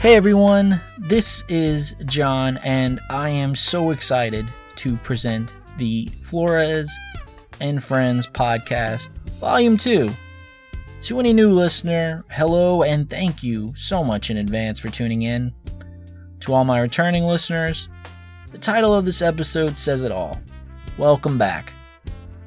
Hey everyone, this is John, and I am so excited to present the Flores and Friends podcast, Volume 2. To any new listener, hello and thank you so much in advance for tuning in. To all my returning listeners, the title of this episode says it all. Welcome back.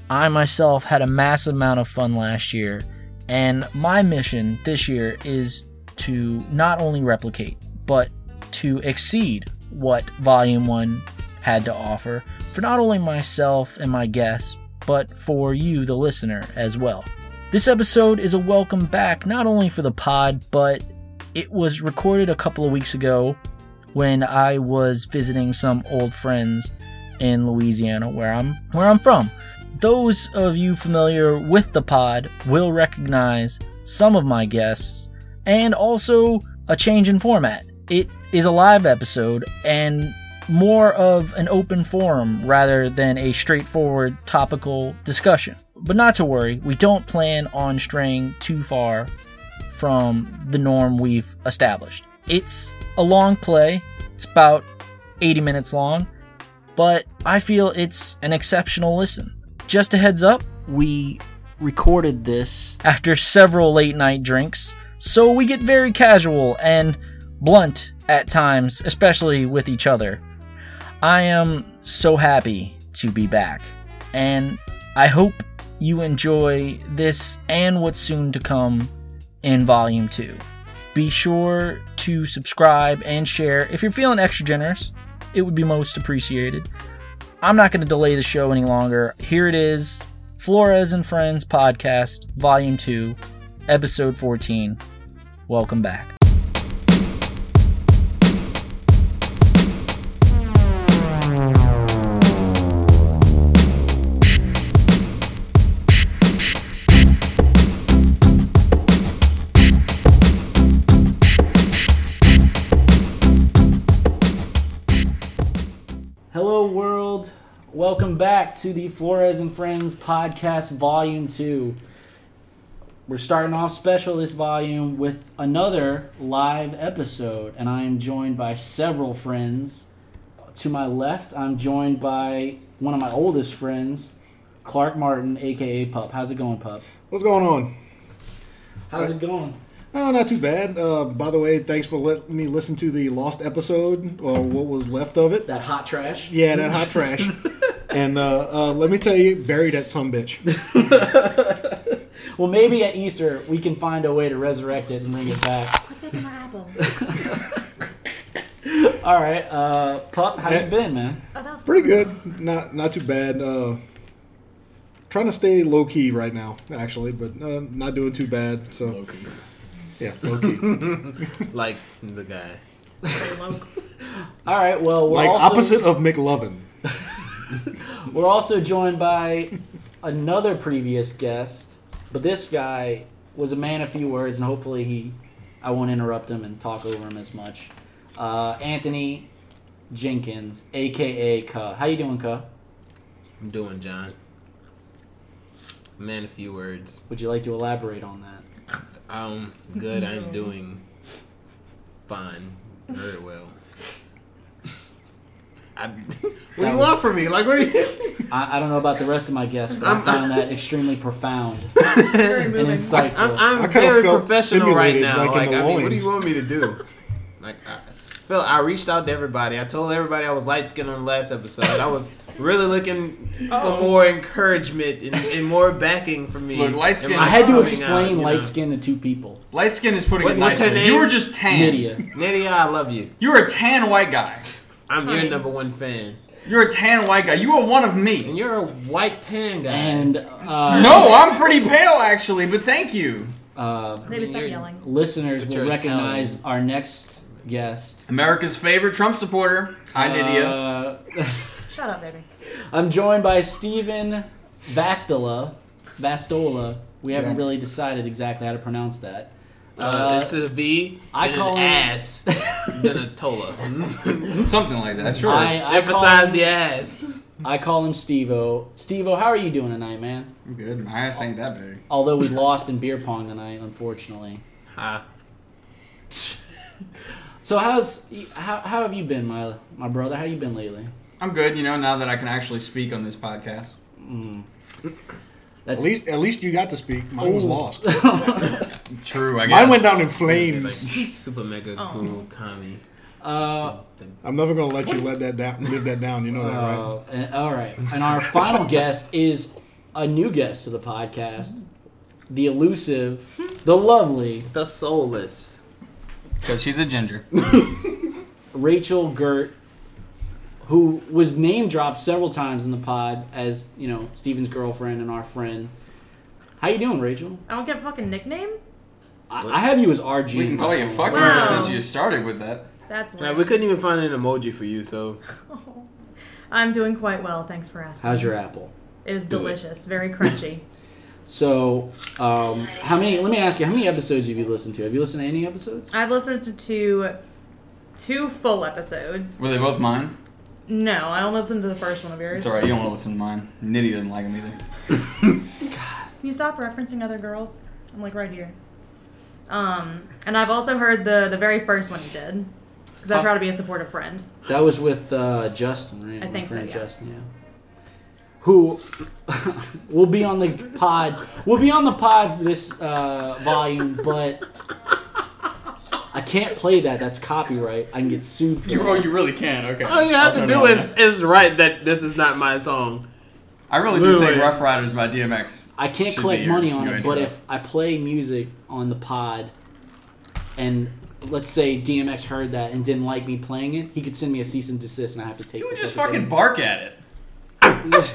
I myself had a massive amount of fun last year, and my mission this year is to not only replicate, but to exceed what Volume 1 had to offer for not only myself and my guests, but for you, the listener, as well. This episode is a welcome back not only for the pod, but it was recorded a couple of weeks ago when I was visiting some old friends in Louisiana where I'm where I'm from. Those of you familiar with the pod will recognize some of my guests and also a change in format. It is a live episode and more of an open forum rather than a straightforward topical discussion. But not to worry, we don't plan on straying too far from the norm we've established. It's a long play, it's about 80 minutes long, but I feel it's an exceptional listen. Just a heads up, we recorded this after several late night drinks, so we get very casual and blunt at times, especially with each other. I am so happy to be back, and I hope you enjoy this and what's soon to come in Volume 2. Be sure to subscribe and share. If you're feeling extra generous, it would be most appreciated. I'm not going to delay the show any longer. Here it is Flores and Friends Podcast, Volume 2, Episode 14. Welcome back. Hello, world. Welcome back to the Flores and Friends podcast, Volume 2. We're starting off special this volume with another live episode, and I am joined by several friends. To my left, I'm joined by one of my oldest friends, Clark Martin, aka Pup. How's it going, Pup? What's going on? How's it going? Oh, not too bad. Uh, by the way, thanks for letting me listen to the lost episode or what was left of it. That hot trash? Yeah, that hot trash. And uh, uh, let me tell you, bury that some bitch. Well, maybe at Easter we can find a way to resurrect it and bring it back. What's up, my apple? Oh, All right, uh, Pup, how you been, man? Oh, that was Pretty good. Not not too bad. Uh, trying to stay low key right now, actually, but uh, not doing too bad. So yeah, low key. like the guy. All right, well, we're like also, opposite of McLovin. We're also joined by another previous guest, but this guy was a man of few words, and hopefully he, I won't interrupt him and talk over him as much. Uh, Anthony Jenkins, aka Ka. How you doing, Ka? I'm doing John. Man, a few words. Would you like to elaborate on that? I'm good. Mm-hmm. I'm doing fine. Very well. I, what do you was- want from me? Like, what do you? I, I don't know about the rest of my guests, but I I'm- found that extremely profound I'm, and insightful. I'm I kinda very felt professional right stimulated, now. like, Like, in the I mean, what do loins. you want me to do? like, I, Phil, I reached out to everybody. I told everybody I was light skinned on the last episode. I was really looking for more encouragement and, and more backing from me. Look, light skin- And I my had to coming explain out, you light know. skin to two people. Light skin is putting What- it what's her nicely. name? You were just tan. Lydia. Nydia, I love you. You were a tan white guy. I'm Honey. your number one fan. You're a tan white guy. You are one of me. And you're a white tan guy. And uh, No, I'm pretty pale actually, but thank you. uh, They just start Weird. yelling. listeners But will you're recognize our next guest. America's favorite Trump supporter. Hi, Nydia. Uh, Shut up, baby. I'm joined by Stephen Vastola. Vastola. We haven't really decided exactly how to pronounce that. Uh, Uh, it's a V. I then call an him- ass. then a tola. Something like that. Sure. I, I, call Emphasize him, the ass. I call him Stevo. Stevo, how are you doing tonight, man? I'm good. My ass ain't that big. Although we lost in beer pong tonight, unfortunately. Ha. So how's how, how have you been, my my brother? How you been lately? I'm good, you know, now that I can actually speak on this podcast. Mm. At That's least, at least you got to speak. Mine was Ooh. lost. It's true, I guess. Mine went down in Like flames. super mega Oh. cool comedy. uh, I'm never gonna let you let that down. Live that down. You know that, right? uh, and- all right. And our final guest is a new guest to the podcast, the elusive, the lovely The soulless. Because she's a ginger. Rachel Gert, who was name dropped several times in the pod as you know Steven's girlfriend and our friend. How you doing, Rachel? I don't get a fucking nickname? I, What? I have you as RG. We can call you fucker Wow. since you started with that. That's Now lame. we couldn't even find an emoji for you, so I'm doing quite well. Thanks for asking. How's your apple? It is Do it. delicious. Very crunchy. So, um, how many? Let me ask you, how many episodes have you listened to? Have you listened to any episodes? I've listened to two full episodes. Were they both mine? No, I only listened to the first one of yours. It's alright, you don't want to listen to mine. Nitty doesn't like them either. Can you stop referencing other girls? I'm like right here. Um, and I've also heard the the very first one you did because I try to be a supportive friend. That was with uh, Justin, right? I My think so, friend yes. Justin, yeah. Who will be on the pod? Will be on the pod for this uh, volume, but I can't play that. That's copyright. I can get sued. For that. you really can, okay. all you have to do is is write that this is not my song. I really do Literally. think Rough Riders by DMX. I can't Should be collect your- money on your it, but intro. if I play music on the pod and let's say DMX heard that and didn't like me playing it, he could send me a cease and desist and I have to take You would this just episode. fucking bark at it.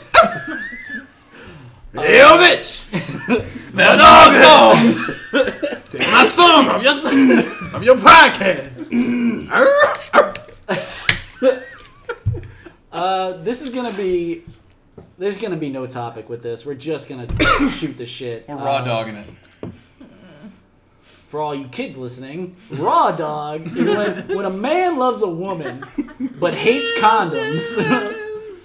Uh, Yo, bitch! That's awesome! Take my song of your, of your podcast. Uh, this is gonna be there's gonna be no topic with this. We're just gonna shoot the shit. We're raw Uh, dogging it. for all you kids listening, raw dog is when, when a man loves a woman but hates condoms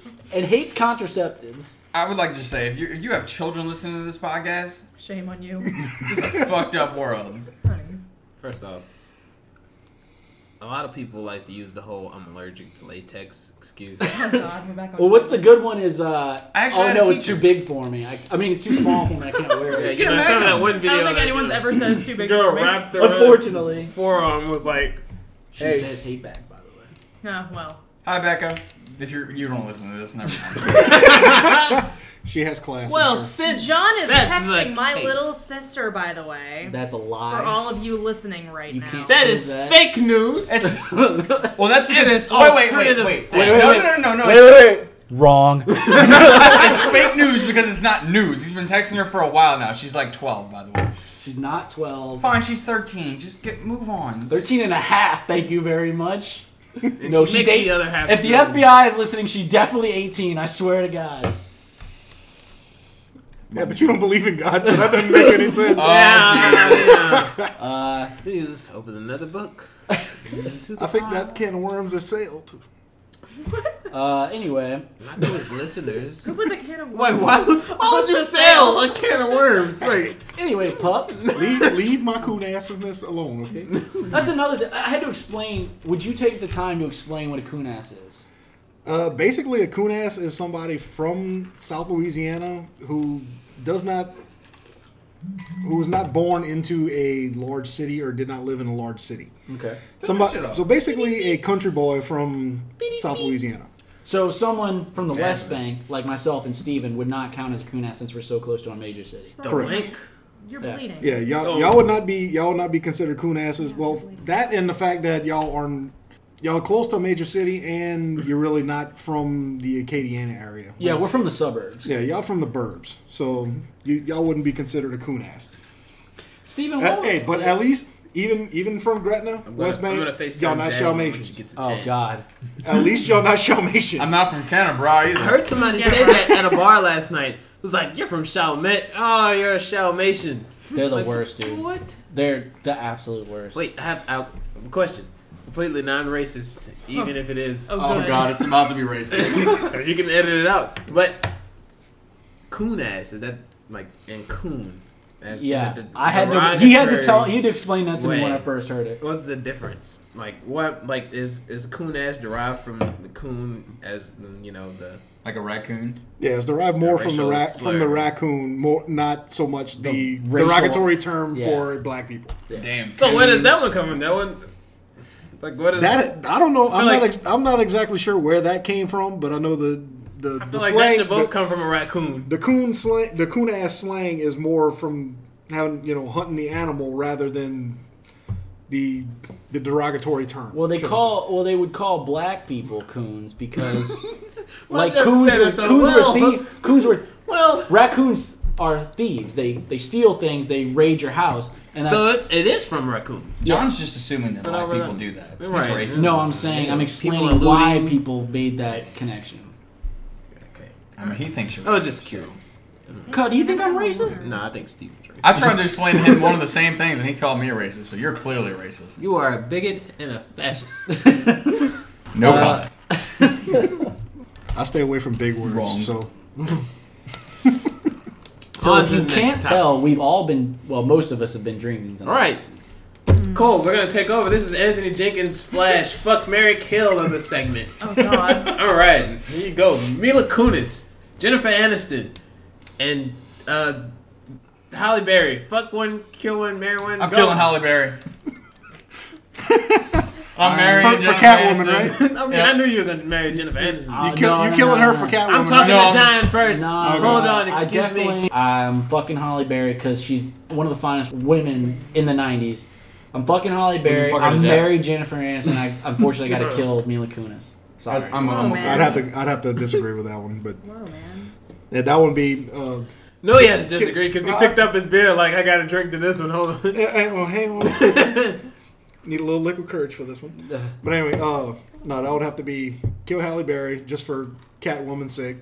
and hates contraceptives. I would like to say, if you, if you have children listening to this podcast, Shame on you. this is a fucked up world. First off, a lot of people like to use the whole "I'm allergic to latex" excuse. Oh God, we're back on. Well, what's the good one is uh I actually oh had a no, it's teacher- too big for me. I, I mean, it's too small for me. I can't wear Yeah, it. you know, a some of Magnum. that one I video. don't think that anyone's ever said it's too big. Girl for me. wrapped her Unfortunately, forearm was like, she Hey. says hate back. By the way, Oh, well, Hi, Becca. If you're, you don't listen to this, never mind. She has class. "Well, I'm sure. since John is that's texting the my case, little sister. By the way, that's a for lie. all of you listening right You now, can't- that is That- fake news." It's, well, that's because It is wait, wait, wait, alternative wait, wait, facts. No, Wait, no, no, no, no. wait, wait, wait. Wrong. It's fake news because it's not news. He's been texting her for a while now. She's like 12, by the way. She's not 12. Fine, she's 13. Just get move on. 13 and a half, thank you very much. And no, she she's mixed eight- the other half. If the together. FBI is listening, she's definitely 18, I swear to God. yeah, but you don't believe in God, so that doesn't make any sense. Oh, Yeah, yeah. Uh, Please open another book. Into the I think pod. that can of worms has sailed. uh, anyway, not to his listeners. who puts a can of Wait, worms- why, would- why would you sell a can of worms? Wait, anyway, pup. Leave, leave my coon assness alone, okay? That's another thing. I had to explain. Would you take the time to explain what a coon ass is? Uh, basically, a coon ass is somebody from South Louisiana who does not, who was not born into a large city or did not live in a large city. Okay. shit Somebody, up. so basically, a country boy from South Louisiana. So someone from the West Yeah. Bank, like myself and Steven, would not count as a coon ass since we're so close to a major city. Stop. the Correct. link. You're Yeah. bleeding. Yeah, y'all, So- y'all would not be y'all would not be considered coon asses. Well, that and the fact that y'all are y'all close to a major city and you're really not from the Acadiana area. Yeah, we're from the suburbs. Yeah, y'all from the burbs, so you, y'all wouldn't be considered a coon ass. Steven, Uh, what hey, but at least even even from Gretna, West Bank, y'all not Shalmatians. Oh, God. At least y'all not Shalmatians. I'm not from Canterbury I either. heard somebody say that at a bar last night. It was like, you're from Chalmette. Oh, you're a Chalmation. They're the Like, worst, dude. What? They're the absolute worst. Wait, I have I have a question. Completely non-racist, even if it is. Oh, Oh good. god, it's about to be racist. you can edit it out. But coon ass is that like and coon? As in Yeah, a de- I had to. He had to derogatory tell. He had to explain that to me when I way. first heard it. What's the difference? Like what? Like is is coon ass derived from the coon as you know the Like a raccoon. Yeah, it's derived more from the racial ra- slur. from the raccoon, more not so much the, racial- derogatory term yeah. for black people. Damn. So where does that coons. one come from? That one, like what is That I don't know. I'm like- not. ex- I'm not exactly sure where that came from, but I know the the I the feel like slang- that should both the- come from a raccoon. the coon slang, the coon ass slang is more from having you know hunting the animal rather than the the derogatory term. Well, they call. Well, they would call black people coons because, like, you have to coons say were, that so coons, well? were thie- coons were Well, raccoons are thieves. They they steal things. They raid your house. And that's, so it's, it is from raccoons. John's just assuming that So now black we're people not- do that. He's Right. racist. no, I'm saying I'm People explaining why alluding- people made that connection. Okay, I mean, he thinks you're. I was just curious. Cut. Do you think I'm racist? No, I think Steve was racist. I tried to explain to him one of the same things, and he called me a racist. So you're clearly racist. You are a bigot and a fascist. No Uh, comment. I stay away from big words. Wrong. So So On if to you the can't next tell, we've all been. Well, most of us have been dreaming. Tonight. All right. Cole, we're gonna take over. This is Anthony Jenkins' flash fuck Mary kill of the segment. Oh God. All right, here you go. Mila Kunis, Jennifer Aniston, and uh, Halle Berry. Fuck one, kill one, marry one. I'm go. killing Halle Berry. I'm for, marrying for Jennifer Catwoman, Aniston. right? I mean, Yeah. I knew you were gonna marry Jennifer Aniston. Uh, You kill, no, you no, killing no, her no. for Catwoman. I'm talking No, to I'm- John first. Nah, Hold nah, on, I excuse definitely, me. I'm fucking Holly Berry because she's one of the finest women in the '90s. I'm fucking Holly Berry. fuck her to I'm death? married Jennifer Aniston. I unfortunately got to kill Mila Kunis. Sorry. I'm, I'm, Oh, I'm, man. I'd have to I'd have to disagree with that one, but Whoa, man. yeah, that would be. Uh, No, he has to disagree because he Uh, picked up his beer like I got to drink to this one. Hold on. eh, eh, well, hang on. Need a little liquid courage for this one. But anyway, uh, no, that would have to be kill Halle Berry just for Catwoman's sake,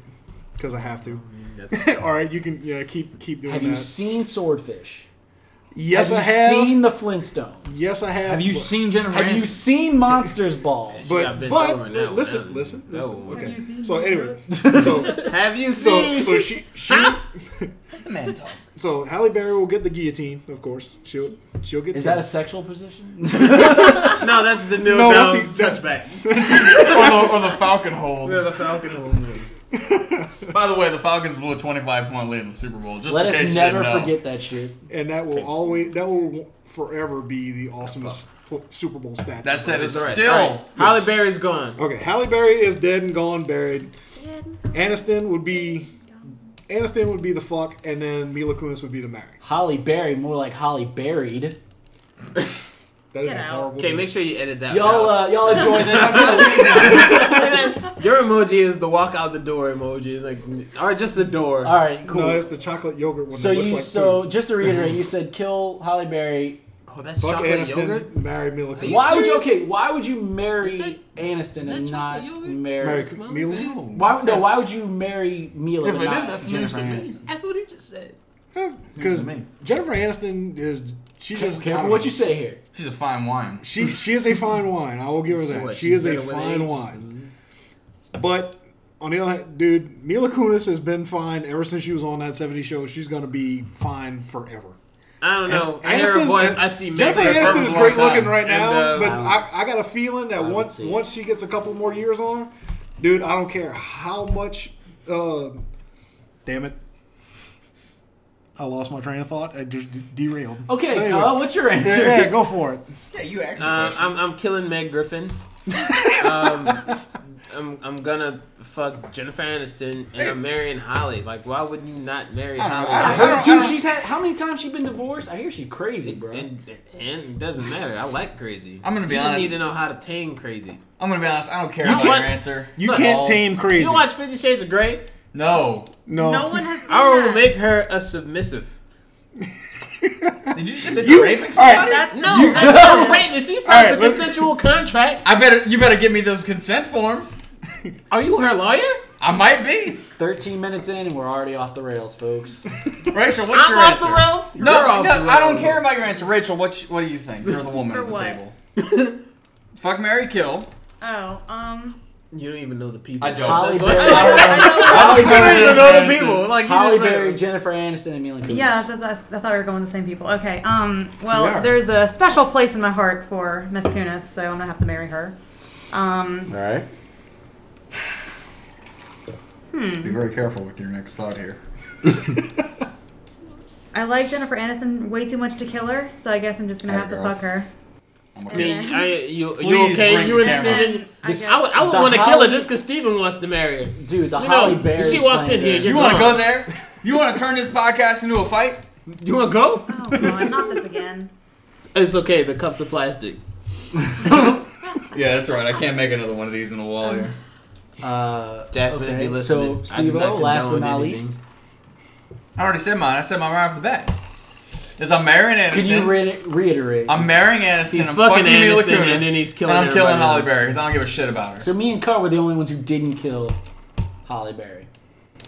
because I have to. All right, you can yeah keep keep doing have that. you seen Swordfish? yes, have I you have. seen the Flintstones? yes, I have. Have you but- seen Jennifer Have you Aniston? seen Monsters Ball? She But got bent over but in that one. listen, That- listen, that listen. one was- Okay. you seen So these anyway, nuts? so Have you so seen? so she she Ah! Let the man talk. so Halle Berry will get the guillotine, of course. She'll she'll get Is the- that a sexual position? no, that's the new No, no, that's the- touchback. or, the, or the Falcon hold. Yeah, the Falcon hole movie. By the way, the Falcons blew a 25 point lead in the Super Bowl. Just Let in case us you never didn't know. forget that shit. and that will always that will forever be the awesomest pl- Super Bowl stat. That said, it's That's right. still. All right. Halle Berry's gone. okay. Halle Berry is dead and gone, buried. Aniston would be Aniston would be the fuck, and then Mila Kunis would be the marry. Holly Berry, more like Holly Buried. That is Get a out. horrible. Okay, name. make sure you edit that. Y'all, out. uh, y'all enjoy this. I'm gonna leave. Your emoji is the walk out the door emoji, like or just the door. All right, cool. No, it's the chocolate yogurt one. So that looks you like so food. just to reiterate, you said kill Holly Berry. Oh, that's fuck chocolate Aniston, yogurt. marry Mila Kunis. Why would you serious? okay? Why would you marry Is that- is Aniston that and not chocolate yogurt? marry? Marry Mila. Why no? Why would you marry Mila If and it not is, that's news Jennifer to me. Aniston? That's what he just said. Because me. Jennifer Aniston is she just I Careful don't what know. you say here. She's a fine wine. She she is a fine wine. I will give her So that. what, She is she's a better with fine age? wine. But on the other hand, dude, Mila Kunis has been fine ever since she was on that 70 show. She's gonna be fine forever. I don't know. And I hear her Aniston- voice. and I see Jennifer Megan Aniston Fox is for a great long looking time. right now, And, uh, but I would- I, I got a feeling that would once see. once she gets a couple more years on her, dude, I don't care how much. Uh, damn it. I lost my train of thought. I just d- derailed. But Okay, anyway. Kyle, what's your Yeah, answer? yeah, go for it. Yeah, you asked Uh, I'm, I'm killing Meg Griffin. um, I'm, I'm gonna fuck Jennifer Aniston and I'm marrying Holly. Like, why would you not marry I don't know. I Holly? I heard, don't- I dude, don't- she's had how many times she been divorced? I hear she's crazy, bro. And, and it doesn't matter. I like crazy. I'm gonna be you just honest. need to know how to tame crazy. I'm gonna be honest. I don't care You about can't- your answer. You At all. can't tame crazy. You don't watch Fifty Shades of Grey? No. no. No one has seen I will that. make her a submissive. Did you just admit You- to raping all right. Oh, somebody? That's No, that's not rape. If she signs Alright, a let- consensual contract, I better. You better give me those consent forms. are you her lawyer? I might be. Thirteen minutes in, and we're already off the rails, folks. Rachel, what's I'm your off answer? the rails. No, You're off no, the I don't rails. care about your answer, Rachel. What you, what do you think? You're the woman For at the what? table. Fuck Mary Kill. Oh, um, You don't even know the people. I don't. Holly That's Berry. what- Holly You don't even Berry. know the Aniston. people. Like you Holly just like- Berry, Jennifer Aniston, and Mila Kunis. Yeah, that's, that's, I thought we were going with the same people. Okay. Um. We Well, are. there's a special place in my heart for Miss Kunis, so I'm gonna have to marry her. Um. All right. Hmm. Be very careful with your next thought here. I like Jennifer Aniston way too much to kill her, so I guess I'm just gonna Atta have to girl. fuck her. I'm I okay. mean, I, you, you Please okay? bring You and the camera. Steven. And I This- guess I would, I would The want to kill her Holly- just because Steven wants to marry her. Dude, the You Holly know, Berry. she walks in slander. here, You want to go there? You want to turn this podcast into a fight? You want to go? oh god, not this again. It's okay. The cups of plastic. Yeah, that's right. I can't make another one of these in a wall here. Uh, Jasmine, if okay, you So, listening, I Steve did not last but not condone anything. least, I already said mine. I said mine right off the bat. Is I'm marrying Aniston. could you re- reiterate? I'm marrying Aniston. He's I'm fucking fucking, Mila Aniston, Kunis, and then he's killing And I'm killing everybody Holly else. Berry because I don't give a shit about her. so me and Carl were the only ones who didn't kill Holly Berry.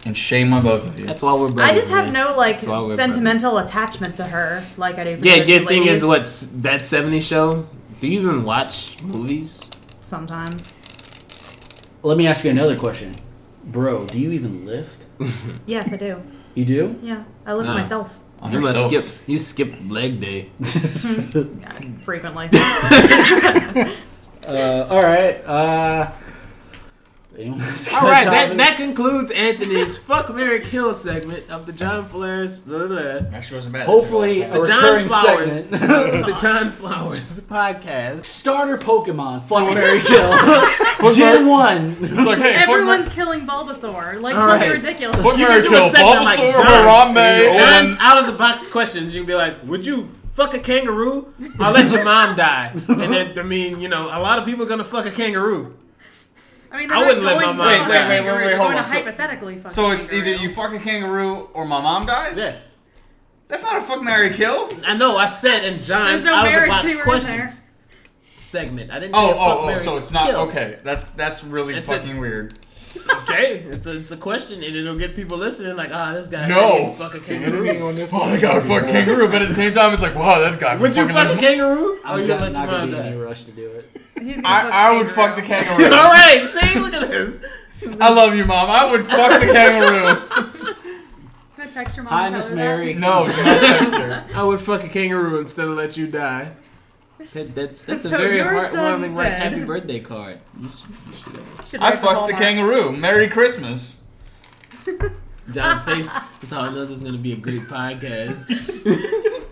And shame on both of you. That's why we're brothers. I just have man. no like why we're sentimental attachment to her, like I do. for Yeah, certain your thing ladies is what's that '70s show? Do you even watch movies? Sometimes, Let me ask you another question, bro. Do you even lift? yes, I do. You do? Yeah, I live Nah. myself On You her must soaps. skip. You skip leg day. yeah, frequently. Uh, all right. Uh, anyone else got All right, time? that, that concludes Anthony's fuck Mary Kill segment of the John Flores, blah, blah, blah, Actually, wasn't bad. Hopefully, That's a The John recurring Flowers. segment. the John Flowers podcast. Starter Pokemon, Fuck Mary Kill. Gen one. all I got. it's like, hey, Everyone's killing Bulbasaur. Like, All totally right. ridiculula- Fuck You Mary can do a Kill, segment like Bulbasaur, John. Harambe, John's Olin. out of the box questions. You can be like, "Would you fuck a kangaroo? I'll let your mom die." And then, I mean, you know, a lot of people are gonna fuck a kangaroo. I mean, I they're wouldn't let not my going to mom- fuck Wait, wait, wait, kangaroo, wait, they're hold going on. to So- hypothetically fuck So it's kangaroo. either you fuck a kangaroo or my mom dies? Yeah, That's not a fuck Mary Kill. I know. I said in There's John's no out of the marriage box paper in there. questions segment. I didn't. say Oh, fuck, oh, oh, marry, so it's not kill. okay. That's that's really It's a- fucking weird. Okay, it's a, it's a question, and it'll get people listening like, "Ah, this guy No. said he'd fuck a kangaroo." Editing on this Oh, thing that guy would is fuck horrible. kangaroo, but at the same time, it's like, wow, that guy. Would you fucking fuck a live- kangaroo? Oh, I'm you not, gotta let your not gonna mom be in any die. rush to do it. He's gonna fuck I, I would kangaroo. fuck the All kangaroo. right, see, look at this. I love you, mom. I would fuck the kangaroo. Can I text your mom? Hi, and tell Miss her that? Mary. No, do not text her. I would fuck a kangaroo instead of let you die. That, that's that's a So very your son heartwarming like said- happy birthday card. You should- you should have- Should I write fucked the Hallmark. kangaroo. Merry Christmas. John's face is how I know this is gonna be a great podcast.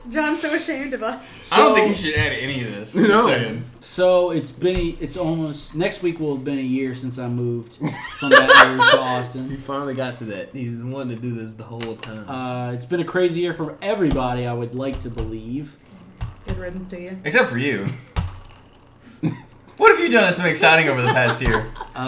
John's so ashamed of us. I don't think you should add any of this. Just No. saying. So it's been a, it's almost next week will have been a year since I moved from Baton Rouge to He Austin. finally got to that. He's wanted to do this the whole time. Uh, it's been a crazy year for everybody. I would like to believe. Good riddance to you. Except for you. what have you done that's been exciting over the past year? Uh,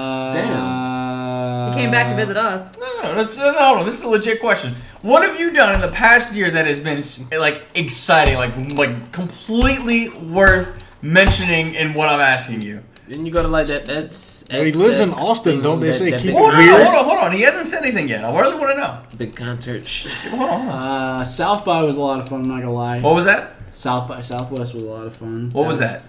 Uh, He came back to visit us. No, no, no, that's- no, hold on. This is a legit question. What have you done in the past year that has been like exciting, like like completely worth mentioning in what I'm asking you? Then you go to like that. That's Well, he lives in XX Austin, thing, don't they that- say that keep big, it Hold on, Weird. hold on, hold on. He hasn't said anything yet. I really want to know. big concert? Hold on, hold on. Uh, South by was a lot of fun. I'm not gonna lie. What was that? South by Southwest was a lot of fun. Oh. What was that?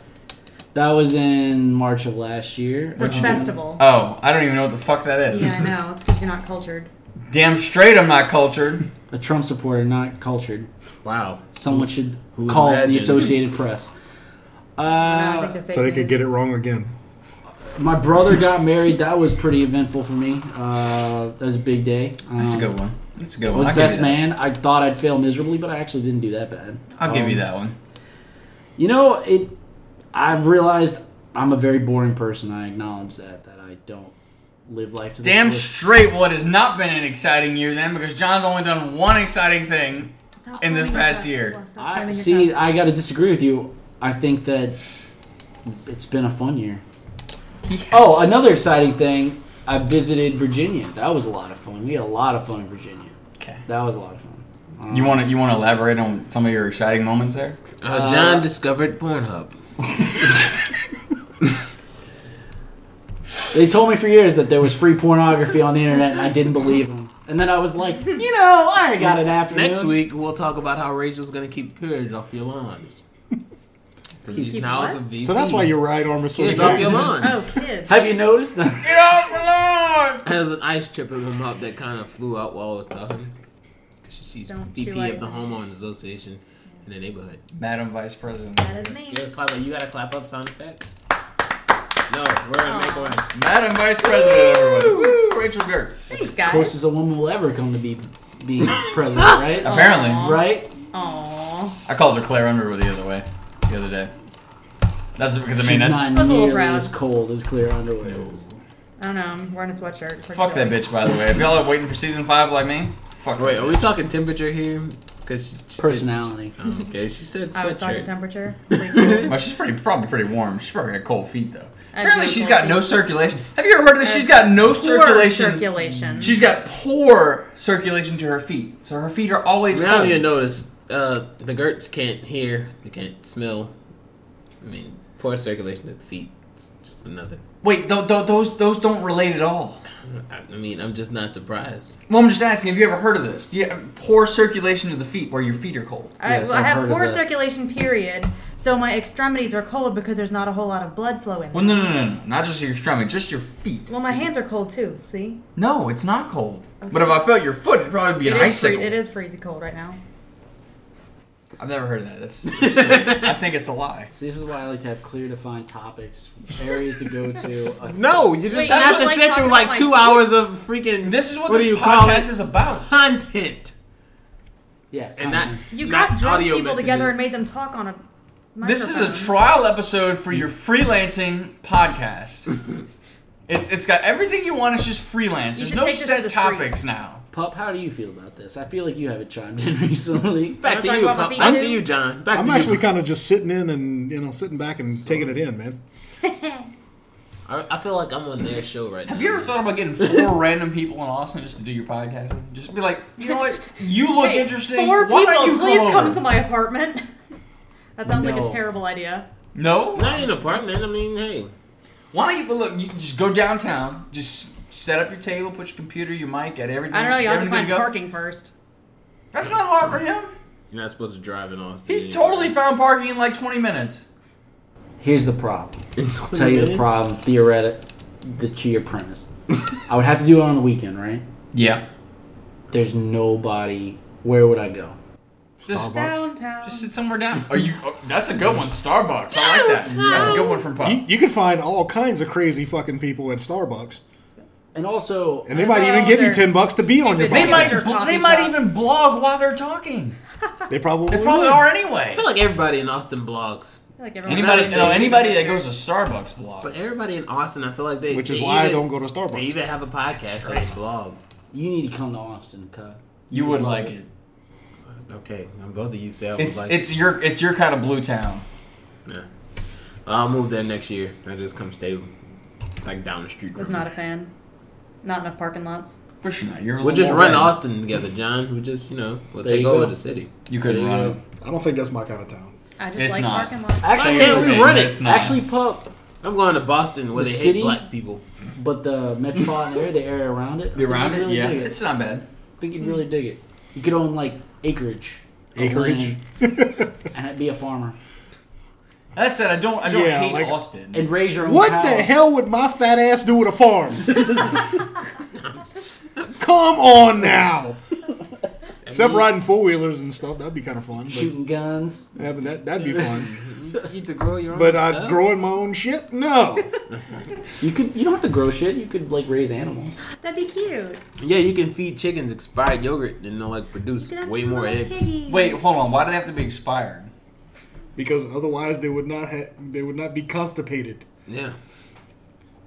That was in March of last year. It's a Um, festival. Oh, I don't even know what the fuck that is. yeah, I know. It's because you're not cultured. Damn straight, I'm not cultured. A Trump supporter, not cultured. Wow. Someone should Who would call the imagine? Associated Press. No, I think Uh, they're fake So they could news. get it wrong again. my brother got married. That was pretty eventful for me. Uh, that was a big day. Um, That's a good one. That's a good I one. was I'll give best you that. man. I thought I'd fail miserably, but I actually didn't do that bad. I'll give you Um, that one. You know, it. I've realized I'm a very boring person. I acknowledge that. That I don't live life to the Damn fullest. straight, what has not been an exciting year then, because John's only done one exciting thing. Stop in this slamming your past cups. year. Stop slamming I your see. cups. I gotta disagree with you. I think that it's been a fun year. He has. Oh, another exciting thing. I visited Virginia. That was a lot of fun. We had a lot of fun in Virginia. Okay. That was a lot of fun. Um, You want to you want to elaborate on some of your exciting moments there? Uh, John discovered Pornhub. They told me for years that there was free pornography on the internet, and I didn't believe them. And then I was like, you know, I already got an afternoon. Next week, we'll talk about how Rachel's gonna keep purge off your lawns. Because he's Keep now what? it's a VP. So that's why your right arm is so Kids off your jacked. lawn. Oh, kids. Have you noticed? that? Get off my lawn! There's an ice chip in him up that kind of flew out while I was talking. 'Cause She's Don't VP she like of the it? homeowners association in the neighborhood. Madam Vice President. That is me. You gotta clap up. You gotta clap up sound effect. No, we're gonna make Aw. one. Madam Vice President, everyone. Woo! Rachel Gert. Thanks, guys. Closest a woman will ever come to be be president, right? Apparently. Right? Aww. I called her Claire Underwood the other way, the other day. That's because I She's mean that. not was a little nearly proud. as cold as Clear Underwood. I don't know. I'm wearing a sweatshirt. It's Fuck that pretty bitch, by the way. If y'all are waiting for season five like me, fuck. Wait, that are we talking temperature here? Because Personality. okay, she said chill. I was talking sweatshirt. temperature. Pretty cool. Well, she's pretty probably pretty warm. She's probably got cold feet though. I Apparently, do she's cold got feet. no circulation. Have you ever heard of this? She's got no Poor circulation. circulation. She's got poor circulation to her feet, so her feet are I, always mean, I cold. don't even notice. Uh, the Gertz can't hear. They can't smell. I mean, poor circulation of the feet. It's just another. Wait, th- th- those those don't relate at all. I I mean, I'm just not surprised. Well, I'm just asking. Have you ever heard of this? Yeah, poor circulation to the feet, where your feet are cold. I, Yes, well, I I've have heard poor of that. circulation, period. So my extremities are cold because there's not a whole lot of blood flow in Well, them. no, no, no, no, not just your stomach, just your feet. Well, my hands are cold too. See, No, it's not cold. But if I felt your foot, it'd probably be an It is free- icicle. it is freezing cold right now. I've never heard of that. That's absurd. I think it's a lie. So this is why I like to have clear defined topics, areas to go to. a- No, you just Wait, have I to don't like sit talking through about like my two feet. hours of freaking. This is what, what this do you call podcast it? is about. Content. Yeah. And content. that You not got drunk audio people together and messages. made them talk on a. This is a microphone. trial episode for your freelancing podcast. it's it's got everything you want. It's just freelance. You There's should no take this to set the topics streets. now. Pup, how do you feel about this? I feel like you haven't chimed in recently. Wanna Back to talk you, about my Pop. feet Back to too? you, John. Back I'm to actually you. kind of just sitting in and you know sitting back and taking it in, man. I, I feel like I'm on their show right now. Have you ever thought about getting four random people in Austin just to do your podcast? Just be like, you know what? You look Hey, interesting. Four Why people, don't you please come, come over? to my apartment. that sounds like No. a terrible idea. No. Not in an apartment. I mean, hey. Why don't you but look? You just go downtown. Just set up your table, put your computer, your mic, get everything. I don't know. You have to everything find go. parking first. That's not hard for him. You're not supposed to drive in Austin. He totally found parking in like 20 minutes. Here's the problem. I'll tell you the problem, theoretic, the to your premise. I would have to do it on the weekend, right? Yeah. There's nobody. Where would I go? Just Downtown. Just sit somewhere down. Are you? oh, that's a good one. Starbucks. I like that. Mm, That's a good one from You, Pop. you can find all kinds of crazy fucking people at Starbucks, And also, and they might Well, even give you they're ten bucks to be on your stupid. They podcast. might. Those are bl- They coffee might shops. even blog while they're talking. They probably, They probably would. are I anyway. feel like everybody in Austin blogs. I feel like everyone- Anybody? Not No. that- Anybody that goes to Starbucks But blogs. everybody in Austin, I feel like they. which they is why I either- don't go to They Starbucks. either have a podcast or a blog. you need to come to Austin, cut. You would like it. Okay, I'm both of you say I would It's like. it's your it's your kind of blue town. Nah. I'll move there next year. I just come stay like down the street. was from not a you. fan. Not enough parking lots. For sure. You're. a We'll little just more run red. Austin together, John. We'll just you know we'll There take you over go. the city. You could run. it. I don't think that's my kind of town. I just It's like not. parking lots. Why Actually, can't we Okay, run that's it? not- actually, pup. I'm going to Boston where The they city? hate black people. But the metropolitan area, the area around it, I Be think around you'd it. really Yeah. dig It's not bad. I think you'd really dig it. You could own like acreage, of Acreage. land and I'd be a farmer That said, I don't I don't Yeah, hate like- Austin. and raise your own What cows. the hell would my fat ass do with a farm? Come on now. Except riding four wheelers and stuff, that'd be kind of fun. But Shooting guns. yeah, but that that'd be fun. You get to grow your own. But uh, stuff. growing my own shit, no. You could. You don't have to grow shit. You could like raise animals. That'd be cute. Yeah, you can feed chickens expired yogurt and they'll like produce Get up way to the more little eggs. piggies. Wait, hold on. Why did it have to be expired? Because otherwise, they would not ha- they would not be constipated. Yeah.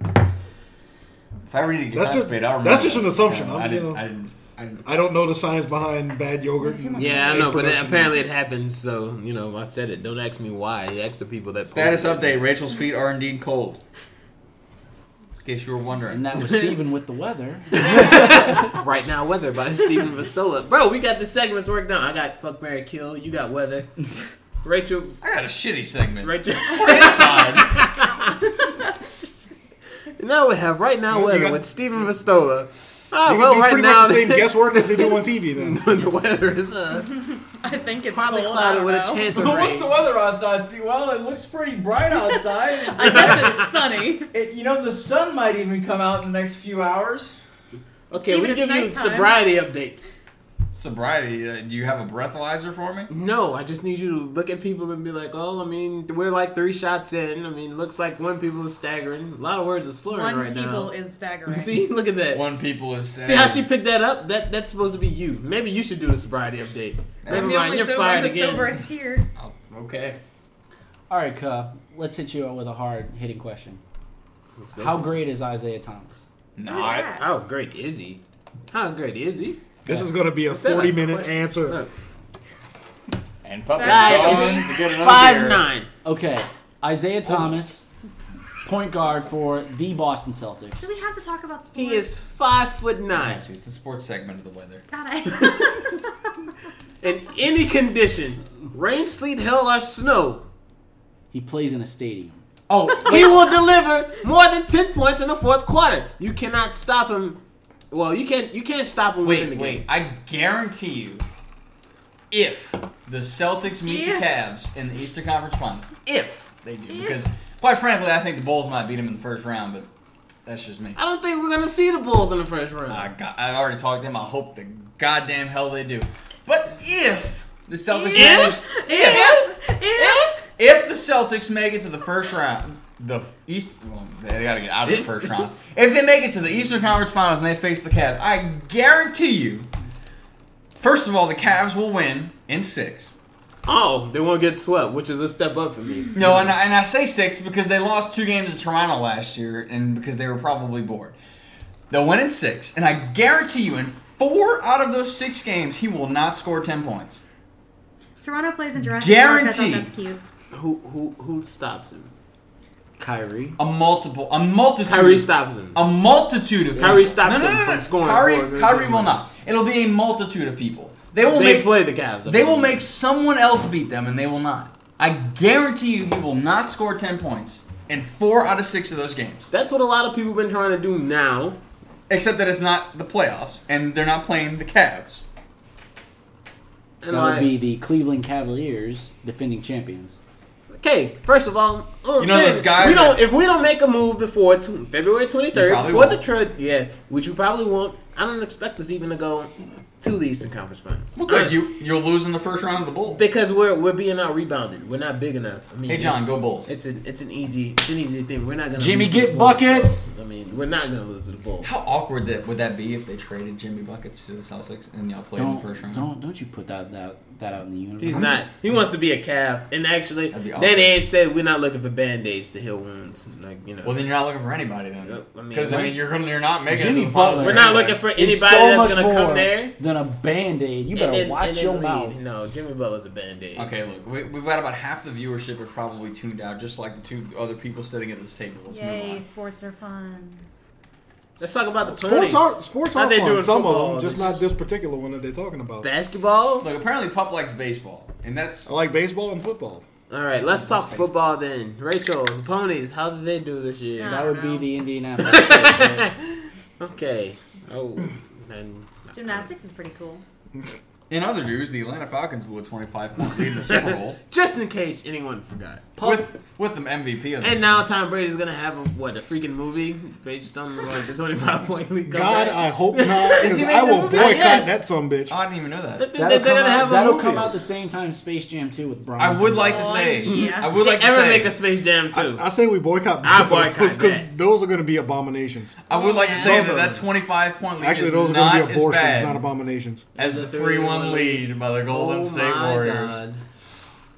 If I read it, That's just- constipated, I'll remember. that's just an assumption. Yeah, I'm, I you didn't. know. I didn't. I didn't. I don't know the science behind bad yogurt. and Yeah, I egg know, but it, production. apparently it happens. So you know, I said it. Don't ask me why. Ask the people that. Status posted it. update: Rachel's feet are indeed cold. In case you were wondering. And that was Steven with the weather. Right now, weather by Stephen Vastola. Bro, we got the segments worked out. I got fuck Mary Kill. You got weather. Rachel, I got a shitty segment. Rachel. We're inside. now we have right now You weather got- with Stephen Vastola. Ah, You well, do right pretty now much the same guesswork as they do on TV. Then the weather is uh, I think it's partly cold, I clouded don't with a know. chance of What's rain. the weather outside? See, well, it looks pretty bright outside. I guess it's sunny. It, you know, the sun might even come out in the next few hours. Okay, Steven, we it's give you nighttime. sobriety updates. Sobriety, uh, do you have a breathalyzer for me? No, I just need you to look at people and be like, "Oh, I mean, we're like three shots in. I mean, looks like one people is staggering. A lot of words are slurring One right people now. is staggering. See, look at that. One people is saying. See how she picked that up? That that's supposed to be you. Maybe you should do the sobriety update. Never I'm the mind, only you're sober, fired the again. soberest here. Okay. All right, Cuff. Let's hit you with a hard hitting question. Let's go. How great is Isaiah Thomas? Nah. What is I- that? How great is he? How great is he? this is going to be a that like a forty-minute question? answer. Look, And Papa Guys, John's to get another Five beer. nine. Okay, Isaiah Thomas, point guard for the Boston Celtics. Do we have to talk about sports? He is five foot nine. Actually, it's the sports segment of the weather. God, I- In any condition, rain, sleet, hail, or snow, He plays in a stadium. Oh, he will deliver more than ten points in the fourth quarter. You cannot stop him. Well, you can't. You can't stop him within wait, the wait. game. I guarantee you, if the Celtics meet If. the Cavs in the Eastern Conference Finals, if they do, because quite frankly, I think the Bulls might beat them in the first round, but that's just me. I don't think we're gonna see the Bulls in the first round. I got, I already talked to them. I hope the goddamn hell they do. But if the Celtics If? manage, if, if if the Celtics make it to the first round, the East, well, they got to get out of the first round. If they make it to the Eastern Conference Finals and they face the Cavs, I guarantee you. First of all, the Cavs will win in six. Oh, they won't get swept, which is a step up for me. No, and I, and I say six because they lost two games to Toronto last year, and because they were probably bored. They'll win in six, and I guarantee you, in four out of those six games, he will not score ten points. Toronto plays in Jurassic Park, I Guaranteed. thought that's cute. Who who who stops him? Kyrie. A multiple, a multitude. Kyrie stops him. A multitude of Kyrie people. stopped them from scoring for a Kyrie, good Kyrie game. will not. It'll be a multitude of people. They will they make play the Cavs. I they will believe. make someone else beat them, and they will not. I guarantee you, he will not score ten points in four out of six of those games. That's what a lot of people been trying to do now. Except that it's not the playoffs, and they're not playing the Cavs. And That would like, be the Cleveland Cavaliers, defending champions. okay, first of all, all I'm You know saying those is guys We don't. that- If we don't make a move before it's February 23rd, before You probably the won't. trade, yeah, which you probably won't. I don't expect us even to go to the Eastern Conference Finals. Good, you you'll lose in the first round of the Bulls. Because we're we're being out rebounded. We're not big enough. I mean, Hey John, go Bulls. It's an it's an easy it's an easy thing. We're not gonna Jimmy, lose to get the Bulls. buckets! I mean, we're not gonna lose to the Bulls. How awkward that would that be if they traded Jimmy buckets to the Celtics and y'all played in the first Don't, round? don't don't you put that that, that out in the universe. He's I'm not. just- he wants to be a calf. And actually, That'd be Dan awkward. Age said we're not looking for band aids to heal wounds. Like you know, Well, then you're not looking for anybody then. I mean, Because I we're- mean, you're gonna- you're not making it Jimmy to the finals Butler. we're not anyway. looking for anybody It's so much that's gonna more come there. than a band aid. You better and then- and watch then your leave. mouth. No, Jimmy Butler's a band aid. Okay, look, we, we've got about half the viewership are probably tuned out, just like the two other people sitting at this table. Let's Yay, move sports are fun. Let's talk about the Sports parties. are sports How are they fun. doing Some of football? them, just not this particular one that they're talking about. basketball. on. Look, apparently Pup likes baseball, and that's I like baseball and football. All right, let's talk football then. Rachel, the ponies. How did they do this year? Yeah. That would be No. the Indianapolis. Colts, right? Okay. Oh, and Gymnastics is pretty cool. in other news, the Atlanta Falcons blew a 25 point lead in the Super Bowl Just in case anyone forgot. with with them MVP. Of the And now Tom Brady's gonna have a, what a freaking movie based on like, the twenty-five point lead. God, comeback. I hope not, Is because he I making a will movie? boycott Yes. that some bitch. I didn't even know I that. think That'll, that they're come gonna out, have a that'll movie. come out the same time Space Jam 2 with Brian. I would like to Oh, say, yeah. I would like to ever say, make a Space Jam too. I say we boycott I both of those boycott because that. those are going to be abominations. I would like to say Yeah. that that 25 point lead Actually, is those are not going to be abortions, as bad not abominations. as the 3-1 lead by the Golden oh State my Warriors. God.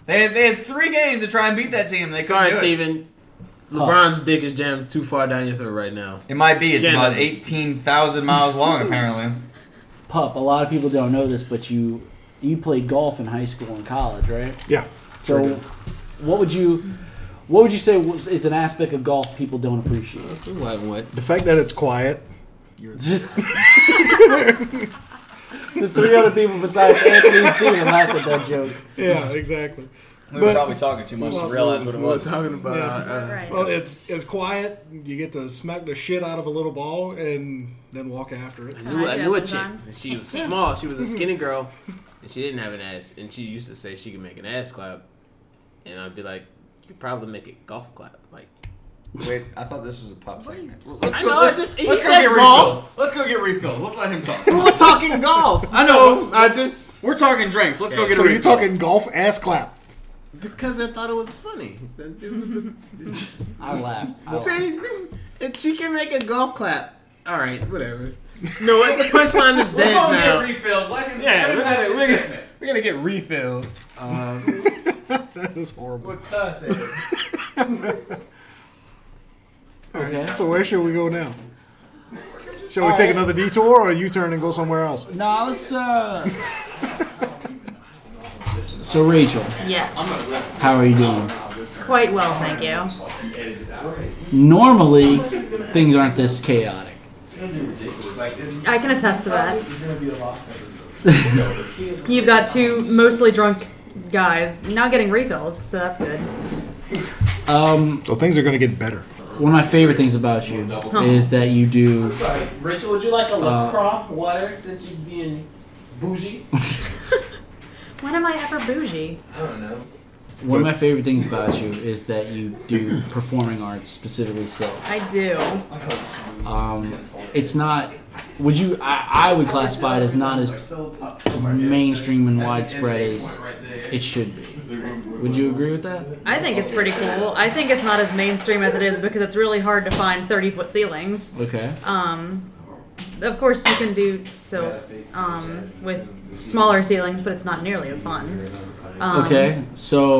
They had, they had three games to try and beat that team. They couldn't Sorry, do it. Steven. LeBron's dick is jammed too far down your throat right now. It might be. It's Again, about I'm- 18,000 miles long, apparently. Pup, a lot of people don't know this, but you you played golf in high school and college, right? Yeah. So, what would you what would you say was, is an aspect of golf people don't appreciate? What? What? The fact that it's quiet. the three other people besides Anthony and Steven laughed at that joke. Yeah, exactly. We were But- probably talking too much to Well, realize what it We were was. talking about. Yeah. uh, Right. Well, it's it's quiet. You get to smack the shit out of a little ball and then walk after it. I knew, I Yeah, knew a chick. sometimes. And she was small. She was a skinny girl, and she didn't have an ass. And she used to say she could make an ass clap, and I'd be like, "You could probably make it golf clap." Like, Wait, I thought this was a pop segment. L- Let's I go, know, let's, it's just- he let's go said get golf. refills. Let's go get refills. Let's let him we talk. were talking golf. I know. I just We're talking drinks. Let's go Yeah, get So a you're refill. talking golf ass clap. because I thought it was funny. That it was a, I laughed. I laughed. See, and she can make a golf clap. All right, whatever. No, what? the punchline is We're dead going to get now. refills. Let him, Yeah, let him we're have gonna, his we're, gonna, segment. we're gonna get refills. Um, That is horrible. we're cussing. Okay. So where should we go now? Shall we take Oh. another detour or a U-turn and go somewhere else? No, let's. Uh... so Rachel, Yes. how are you doing? Quite well, thank you. Normally, things aren't this chaotic. I can attest to that. You've got two mostly drunk guys now getting refills, so that's good. Um, So things are going to get better. one of my favorite things about you is that you do. Sorry, Rachel, would you like a Uh, LaCroix water since you're being bougie? When am I ever bougie? I don't know. One of my favorite things about you is that you do performing arts, specifically still. I do. Um, it's not. Would you? I, I would classify it as not as mainstream and widespread as it should be. Would you agree with that? I think it's pretty cool. I think it's not as mainstream as it is because it's really hard to find 30 foot ceilings. Okay. Um, of course, you can do soaps um, with smaller ceilings, but it's not nearly as fun. Um, Okay, so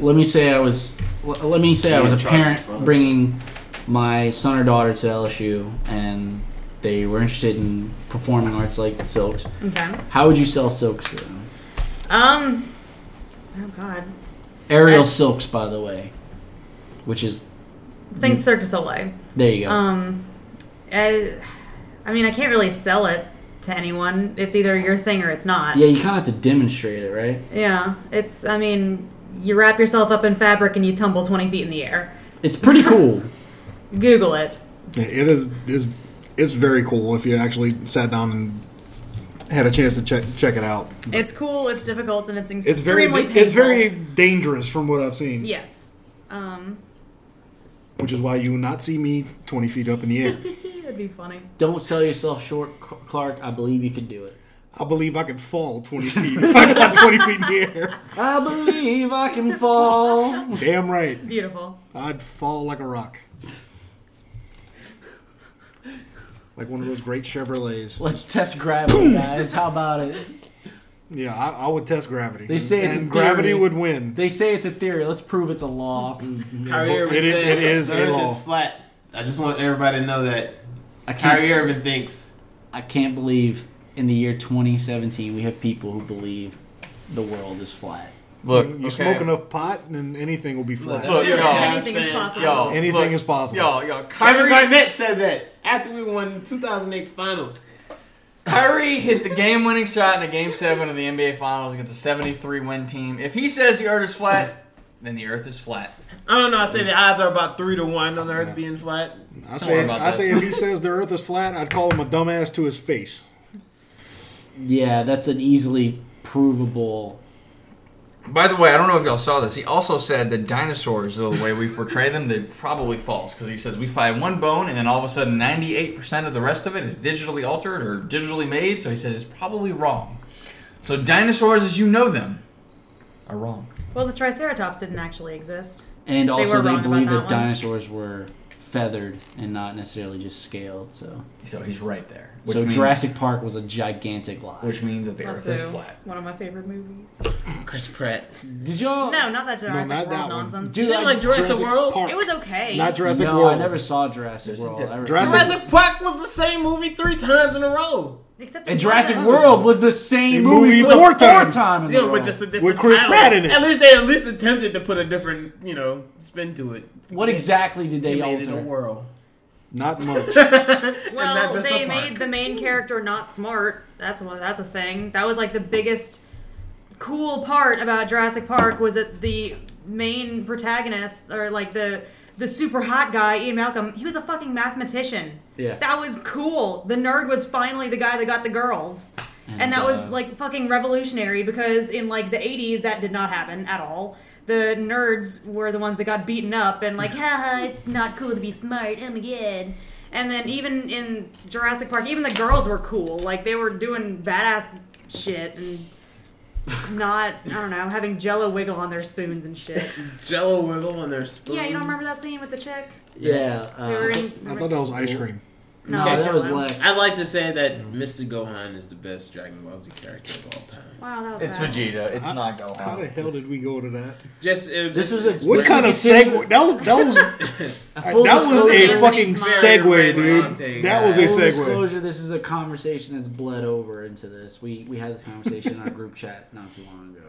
let me say I was l- let me say I was a parent bringing my son or daughter to LSU, and they were interested in performing arts like silks. Okay. How would you sell silks to them? Um. Oh God. Aerial That's- silks, by the way, which is Think Cirque du Soleil. there you go. Um, I, I mean, I can't really sell it to anyone. It's either your thing or it's not. yeah, you kind of have to demonstrate it, right? Yeah, It's. I mean, you wrap yourself up in fabric and you tumble twenty feet in the air. It's pretty cool. Google it. Yeah, It is is it's very cool if you actually sat down and had a chance to check check it out. It's cool. It's difficult and it's extremely It's very painful. it's very dangerous from what I've seen, Yes. Um, which is why you will not see me 20 feet up in the air. it'd be funny. Don't sell yourself short, C- Clark. I believe you can do it. I believe I could fall 20 feet if I got 20 feet in the air. I believe I can fall. Damn right. Beautiful. I'd fall like a rock. Like one of those great Chevrolets. Let's test gravity, guys. How about it? Yeah, I, I would test gravity. They say it's and a gravity theory. would win. They say it's a theory. Let's prove it's a law. Kyrie Well, Irving it i- says it is a Earth law. is flat. I just want everybody to know that I can't. Kyrie Irving thinks I can't believe in the year 2017 we have people who believe the world is flat. Look, You smoke enough pot and anything will be flat. Look, y'all. Anything is Fan. possible. Yo, Anything look, is possible. Yo, yo, Kevin Kyrie, Garnett said that after we won the 2008 Finals. Kyrie hit the game-winning shot in a Game Seven of the NBA Finals against a 73 win team. If he says the Earth is flat, then the Earth is flat. I don't know. I say the odds are about three to one on the Earth being flat. I say, about I that. say if he says the earth is flat, I'd call him a dumbass to his face. Yeah, that's an easily provable. By the way, I don't know if y'all saw this. He also said that dinosaurs, the way we portray them, they're probably false because he says we find one bone and then all of a sudden 98% of the rest of it is digitally altered or digitally made. So he says it's probably wrong. So dinosaurs, as you know them, are wrong. Well, the Triceratops didn't actually exist. And also, were they, wrong about believe that that, one. dinosaurs were feathered and not necessarily just scaled. So, So he's right there. Which so means, Jurassic Park was a gigantic lie. which means that the Earth is Also, uh, flat. one of my favorite movies. Chris Pratt. Did y'all? No, not that Jurassic not World that one. nonsense. Dude, You didn't like Jurassic, World? Park. it was okay. Not Jurassic No, World. I never saw Jurassic There's a World. I difference. never- Jurassic- Jurassic Park was the same movie three times in a row. Except and it Jurassic wasn't. World was the same The movie, movie for four four times. times. Time in the Yeah, world. with just a different With Chris title. Pratt in it. At least they at least attempted to put a different, you know, spin to it. what exactly did They they made it a alter? world. Not much. Well, not just they a park. made the main character not smart. That's one. That's a thing. That was like the biggest cool part about Jurassic Park was that the main protagonist, or like the the super hot guy, Ian Malcolm, he was a fucking mathematician. Yeah. That was cool. The nerd was finally the guy that got the girls. And, that was uh, like fucking revolutionary because in like the 80s that did not happen at all. The nerds were the ones that got beaten up and like, haha, it's not cool to be smart. Oh my god. And then even in Jurassic Park, even the girls were cool. Like they were doing badass shit and not, I don't know, having jello wiggle on their spoons and shit. Jello wiggle on their spoons. yeah, you don't remember that scene with the chick? Yeah. Uh, We were in. I thought that was ice cream. no, no, that was Jello. Lex. I'd like to say that Mr. Gohan is the best Dragon Ball Z character of all time. Wow, that was It's bad. Vegeta. It's How- not Gohan. How the hell did we go to that? Just it was This just was a- What Let's kind of make it segue? That was that was that full was disclosure. a fucking Very segue, romantic, dude. yeah. That was a Full segue. disclosure: This is a conversation that's bled over into this. We we had this conversation in our group chat not too long ago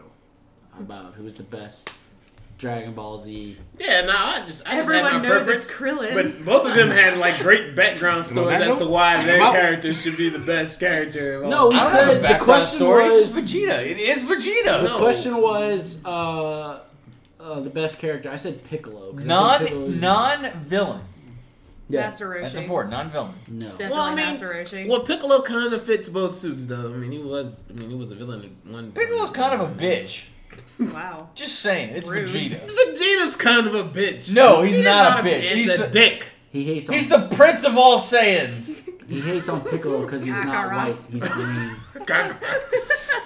about who's the best Dragon Ball Z. yeah. No, I just I just had my Everyone knows preference. it's Krillin. But both of them had like great background stories that as to note? why their Wow. character should be the best character. Of all No, we I time. don't have a said the background question story. It's was just Vegeta. It is Vegeta. the question was uh, uh, the best character. I said Piccolo. 'cause I think Piccolo Non is- non villain. Yeah. Master Roshi. That's important. Non villain. No. Definitely Well, I mean, Master Roshi. Well, Piccolo kind of fits both suits, though. I mean, he was. I mean, he was a villain. At one. Piccolo's kind of a bitch. wow. Just saying. It's Rude. Vegeta. Vegeta's kind of a bitch. No, he's Vegeta's not, a bitch. He's, he's a the, dick. He hates on he's the prince of all Saiyans. he hates on Piccolo because he's not Kakarot. white. He's green.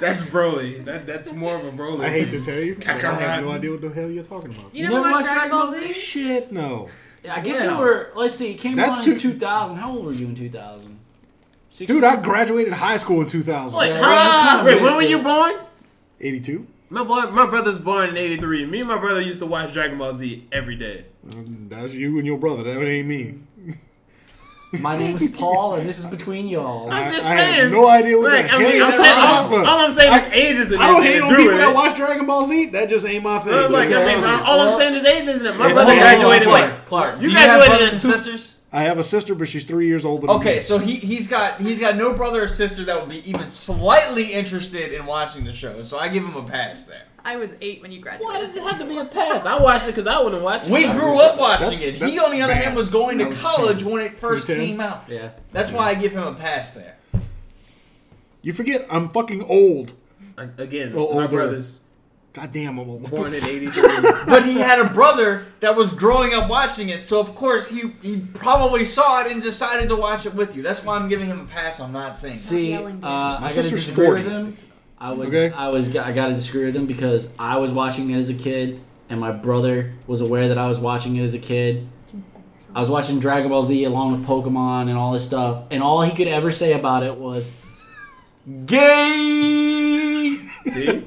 That's Broly. That that's more of a Broly. I hate to tell you, but I have no Kakarot. idea what the hell you're talking about. You never watched Dragon Ball Z? Shit, no. I guess Yeah. you were. Let's see. It came That's out in too- 2000. How old were you in 2000? Dude, I graduated high school in 2000. Wait, Yeah, huh? you Wait, when missed were it. you born? 82? My boy, my brother's born in '83. Me and my brother used to watch Dragon Ball Z every day. Um, That's you and your brother. That ain't me. My name is Paul, and this is between y'all. I'm I- just I saying. have no idea what like, the I hell mean, you're I'm talking saying, all, about. all I'm saying I- is ages. that I don't nothing hate to on do people with that it. watch Dragon Ball Z. That just ain't my thing. I was like, I mean, all I'm saying is ages. That my Yeah, brother hold on, hold on, graduated hold on. like Clark, Clark, You do you have graduated brothers in and two- sisters? I have a sister, but she's three years older than Okay, me. so he he's got he's got no brother or sister that would be even slightly interested in watching the show. So I give him a pass there. I was eight when you graduated. Why does it have to be a pass? I watched it because I wouldn't watch it. We grew up watching That's- it. He, that's on the other bad. hand, was going to was college when it first You was ten? came out. Yeah. That's why I give him a pass there. You forget, I'm fucking old. again. Well, my older. brother's Goddamn, I'm old. born in '83. But he had a brother that was growing up watching it, so of course he he probably saw it and decided to watch it with you. That's why I'm giving him a pass on not saying. it. See, uh, yelling, dude. I gotta sister's disagree 40. with him. I would. Okay. I was. I gotta disagree with him because I was watching it as a kid, and my brother was aware that I was watching it as a kid. I was watching Dragon Ball Z along with Pokemon and all this stuff, and all he could ever say about it was, "Gay." See,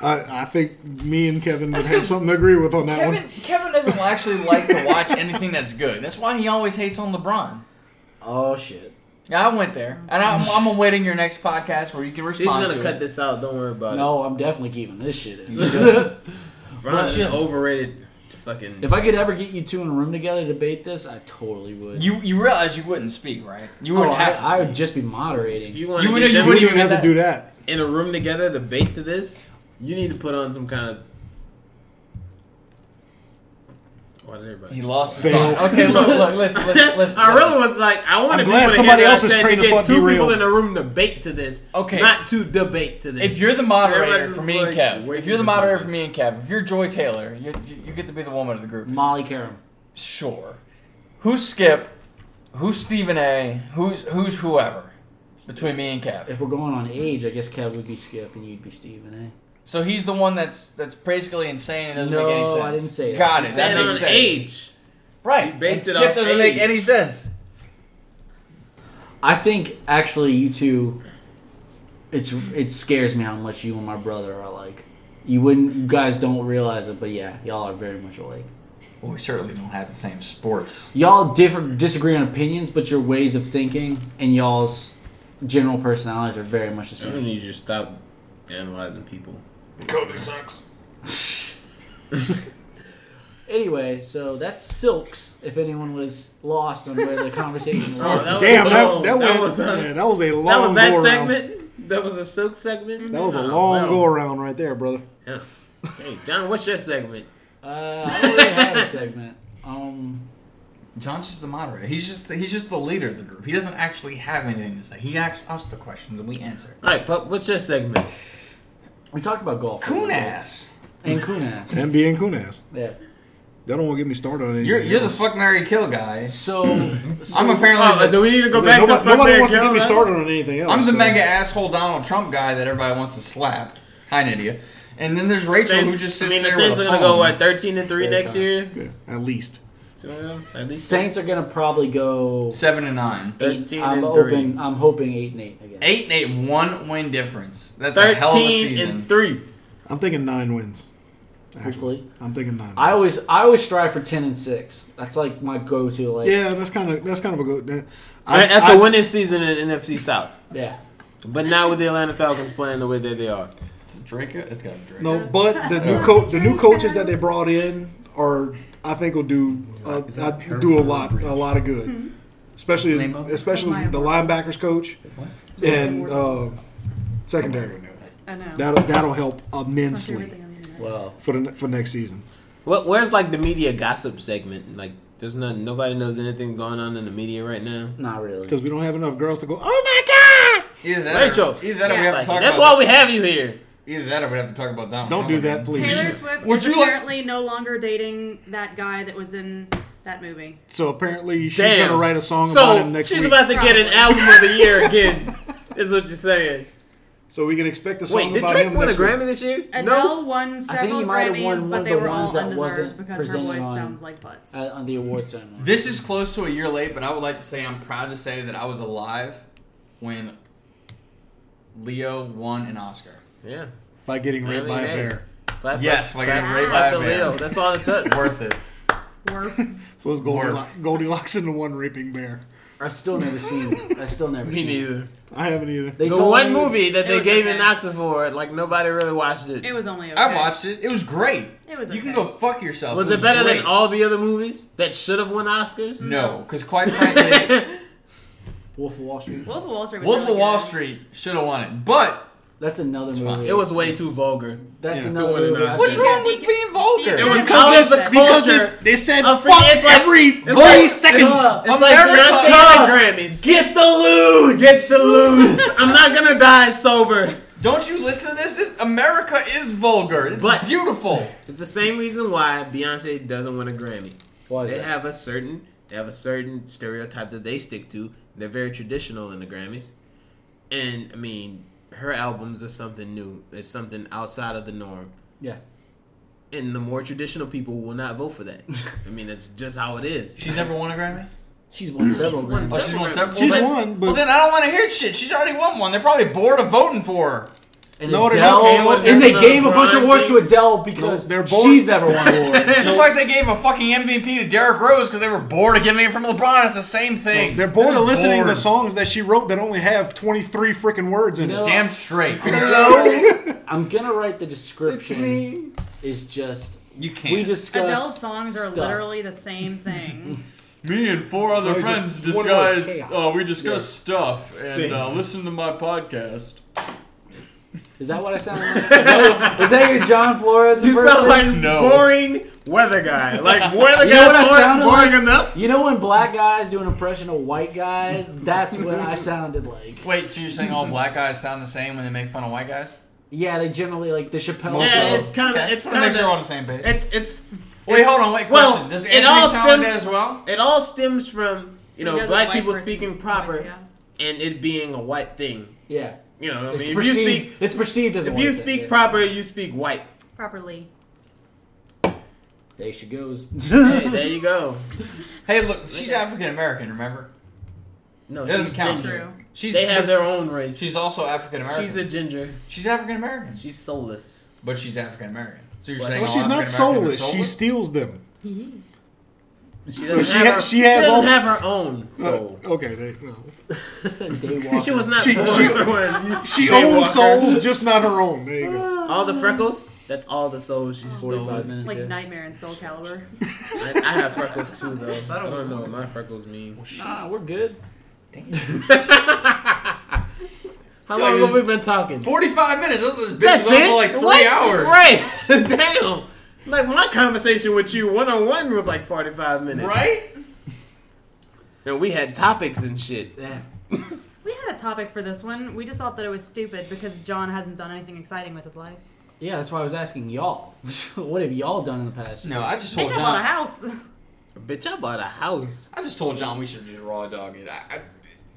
I, I think me and Kevin would That's have 'cause something to agree with on that Kevin one. Kevin doesn't actually like to watch anything that's good. That's why he always hates on LeBron. Oh shit. Yeah, I went there, and I'm, I'm awaiting your next podcast where you can she's respond gonna to cut it. this out. Don't worry about No, I'm definitely keeping this shit in. it. Bron's an overrated. Fucking. If I could ever get you two in a room together to debate this, I totally would. You you realize you wouldn't speak, right? You oh, wouldn't I, have to. Speak. I would just be moderating. If you want You to wouldn't- get you them You wouldn't even do have to that. do that. in a room together to bait to this, you need to put on some kind of. Why did everybody? he lost his Fail. thought. Okay, look, look, listen, listen, listen. I really was like, I wanted I'm glad people to somebody hear that I else's said train to of get thought two people derailed. in a room to bait to this. Okay. Not to debate to this. If you're the moderator Everybody's for just me and like, Kev, wait if you're the a moderator minute. for me and Kev, if you're Joy Taylor, you, you, you get to be the woman of the group. Molly Karam. Sure. Who's Skip? Who's Stephen A? Who's who's whoever? Between me and Kev. If we're going on age, I guess Kev would be Skip and you'd be Steven, eh? So he's the one that's that's basically insane and doesn't No, make any sense. I didn't say that. Got it. Said That on makes sense. age. Right. You based and it Skip off doesn't make age. any sense. eh? I think actually you two it's it scares me how much you and my brother are alike. You wouldn't you guys don't realize it, but yeah, y'all are very much alike. Well, we certainly don't have the same sports. Y'all differ disagree on opinions, but your ways of thinking and y'all's general personalities are very much the I'm gonna same. need you to stop analyzing people. Cody sucks. Anyway, so that's silks if anyone was lost on where the conversation was. Uh, that was- Damn, that was- that, that, that went, was a- yeah, that was a long That was that go-around. segment. That was a silk segment. That was a Oh, long well. go around right there, brother. Yeah. Hey, John, what's your segment? Uh, I don't really have a segment. Um, John's just the moderator. He's just the, he's just the leader of the group. He doesn't actually have anything to say. He asks us the questions and we answer. All right, pup, what's your segment? we talked about golf. a little Coon bit. ass. And coon ass. MB and Kunas. Yeah. Y'all don't want to get me started on anything. You're you're the else. fuck Mary Kill guy. So, I'm apparently Oh, the- do we need to go Yeah, back nobody, to fuck nobody Mary wants to Kill? get me huh? started on anything else. I'm the so- mega asshole Donald Trump guy that everybody wants to slap. Hi, Nydia. And then there's Rachel Saints, who just sits I mean, the there Saints are with a gonna go phone. what 13 and three next Fair year. Yeah, at least. So, well, at least Saints are gonna probably go. Seven and nine. Eight, 13 I'm and hoping. three. I'm hoping eight and eight again. Eight and eight, one win difference. That's a hell of a 13 season. and three. I'm thinking nine wins. Actually, Hopefully. I'm thinking nine. I wins. always. I always strive for ten and six. That's like my go-to. Like yeah. Yeah, that's kind of that's kind of a good. that- I- That- That's I- a winning season in NFC South. But now with the Atlanta Falcons playing the way that they are. It's a Draco. It's got a Draco. No, but the new Yeah. coach, the new coaches that they brought in are, I think, will do uh, Is uh, that Harold do a lot, Bridge? a lot of Mm-hmm. good. Especially, What's the name of it? especially Maya the linebackers coach What? and uh, secondary. I know. That'll that'll help That's my favorite immensely thing on the internet. Well, for the ne- for next season. What? Where's like the media gossip segment? Like, there's not nobody knows anything going on in the media right now. not really. Because we don't have enough girls to go. Oh my god! Either that, Rachel, Or, either that, or we have to Like, talk that's about, why we have you here. Either that, or we have to talk about Donald. Don't Trump do again. that, please. Taylor Swift Would is you like- apparently no longer dating that guy that was in that movie. So apparently she's Damn. gonna write a song so about him next she's week. about to get an Probably. album of the year again. is what you're saying? so we can expect a song Wait, did about Drake him win a next week. Grammy this year? Adele won several he might have Grammys, won one but of they the were all ones that undeserved wasn't because her presented on- voice uh, sounds like butts. At, on the award ceremony. This is close to a year late, but I would like to say I'm proud to say that I was alive when Leo won an Oscar. Yeah. by getting raped Really? by a Hey. bear. Clap Yes, up, like I clap- raped clap by the a bear. Leo. That's all it took. Worth it. Worf. So it's Goldilocks, Goldilocks into one raping bear. I've still never seen. it. I've still never Me seen. it. neither. I haven't either. They The told one me- movie that It they was gave okay. an Oscar for, like nobody really watched it. It was only okay. I watched it. It was great. It was You can okay. go fuck yourself. Was it better great. than all the other movies that should have won Oscars? No, because quite frankly, Wolf of Wall Street. Wolf of Wall Street. Was Wolf really of Wall good. Street should have won it. But That's another fine. movie. It was way too vulgar. That's Yeah. another Doing it movie. now. I what's said. wrong with being vulgar? It was was out of the because because culture. they, they said Of fuck free- it's like- every three like- seconds. It's like America. Beyonce and Grammys. Get the loot. Get the lose. I'm not gonna die sober. Don't you listen to this? This America is vulgar. It's But- beautiful. It's the same reason why Beyonce doesn't win a Grammy. Why is They that? have a certain they have a certain stereotype that they stick to. They're very traditional in the Grammys. And I mean, her albums are something new. It's something outside of the norm. yeah. And the more traditional people will not vote for that. I mean, that's just how it is. She's never won a Grammy. She's won several. won Grammys. Oh, she's won several. She's Well, then- won, Well, but then I don't want to hear shit. She's already won one. They're probably bored of voting for her. And No, they're Adele, not paying what it and is. they That's gave a another bunch of prime awards to thing. Adele because No, they're born- she's never won an award. Just like they gave a fucking MVP to Derrick Rose because they were bored of giving it from LeBron. It's the same thing. they're bored just of listening bored. to songs that she wrote that only have 23 freaking words in No. it. Damn straight. I'm gonna write the description. Is just You can't. we discussed Adele's songs are stuff. literally the same thing. Me and four other uh, Oh, just one word, chaos. we discussed stuff uh, Stings. listen to my podcast. Is that what I sound like? Is that your John Flores? You sound impression? like No. boring weather guy. Like weather You know what I guy's boring, sounded boring like? enough. You know when black guys do an impression of white guys? That's what I sounded like. Wait, so you're saying all black guys sound the same when they make fun of white guys? Yeah, they generally like the Chappelle Yeah, Yeah, show. it's kind of. It's Wanna make kind sure we're on of. the same page. It's it's. wait, it's- hold on, wait. well, question. Does it Anthony all sound stems- as well? It all stems from you He know does a black white people person speaking voice, proper yeah. and it being a white thing. yeah. You know, I It's mean, if you perceived, speak it's perceived as a if white you thing, speak yeah. proper, you speak white. Properly. There she goes. Hey, there you go. Hey, look, she's African American. Remember, No, It doesn't she's count. ginger. True. she's They have their own race. She's also African American. she's a ginger. she's African American, She's soulless. but she's African American. So you're Well, saying Well, all she's not African-Americans are soulless. She steals them. She doesn't she have ha- her, she has doesn't all- have her own soul. Uh, okay. They, no. Daywalker. She was not She- born she- with one. She They owns walk her. souls, just not her own. There you go. All the freckles, that's all the souls she stole. 45 I, minutes. Like yeah. Nightmare and Soul Calibur. I have freckles too, though. I don't know what my freckles mean. Nah, we're good. How Like, long have we been talking? 45 minutes. This bitch That's was on it. for like three What? hours. Right. Damn. Like my conversation with you one on one was like forty five minutes. Right? And we had topics and shit. We had a topic for this one. We just thought that it was stupid because John hasn't done anything exciting with his life. Yeah, that's why I was asking y'all. what have y'all done in the past? No, I just Bitch, told I bought a John. house. Bitch, I bought a house. I just told John we should just raw dog it. I, I,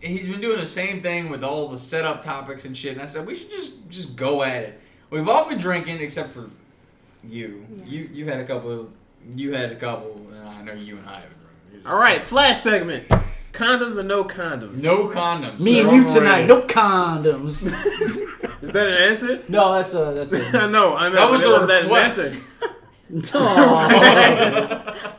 he's been doing the same thing with all the setup topics and shit, and I said we should just just go at it. We've all been drinking except for you. You you had a couple. You had a couple, and I know you and I have been drinking. All right, flash segment. Condoms or no condoms? No condoms. Me and They're you tonight. overrated. No condoms. Is that an answer? no, that's a that's a. I know. I know. That was but a is that an request. answer? Aw,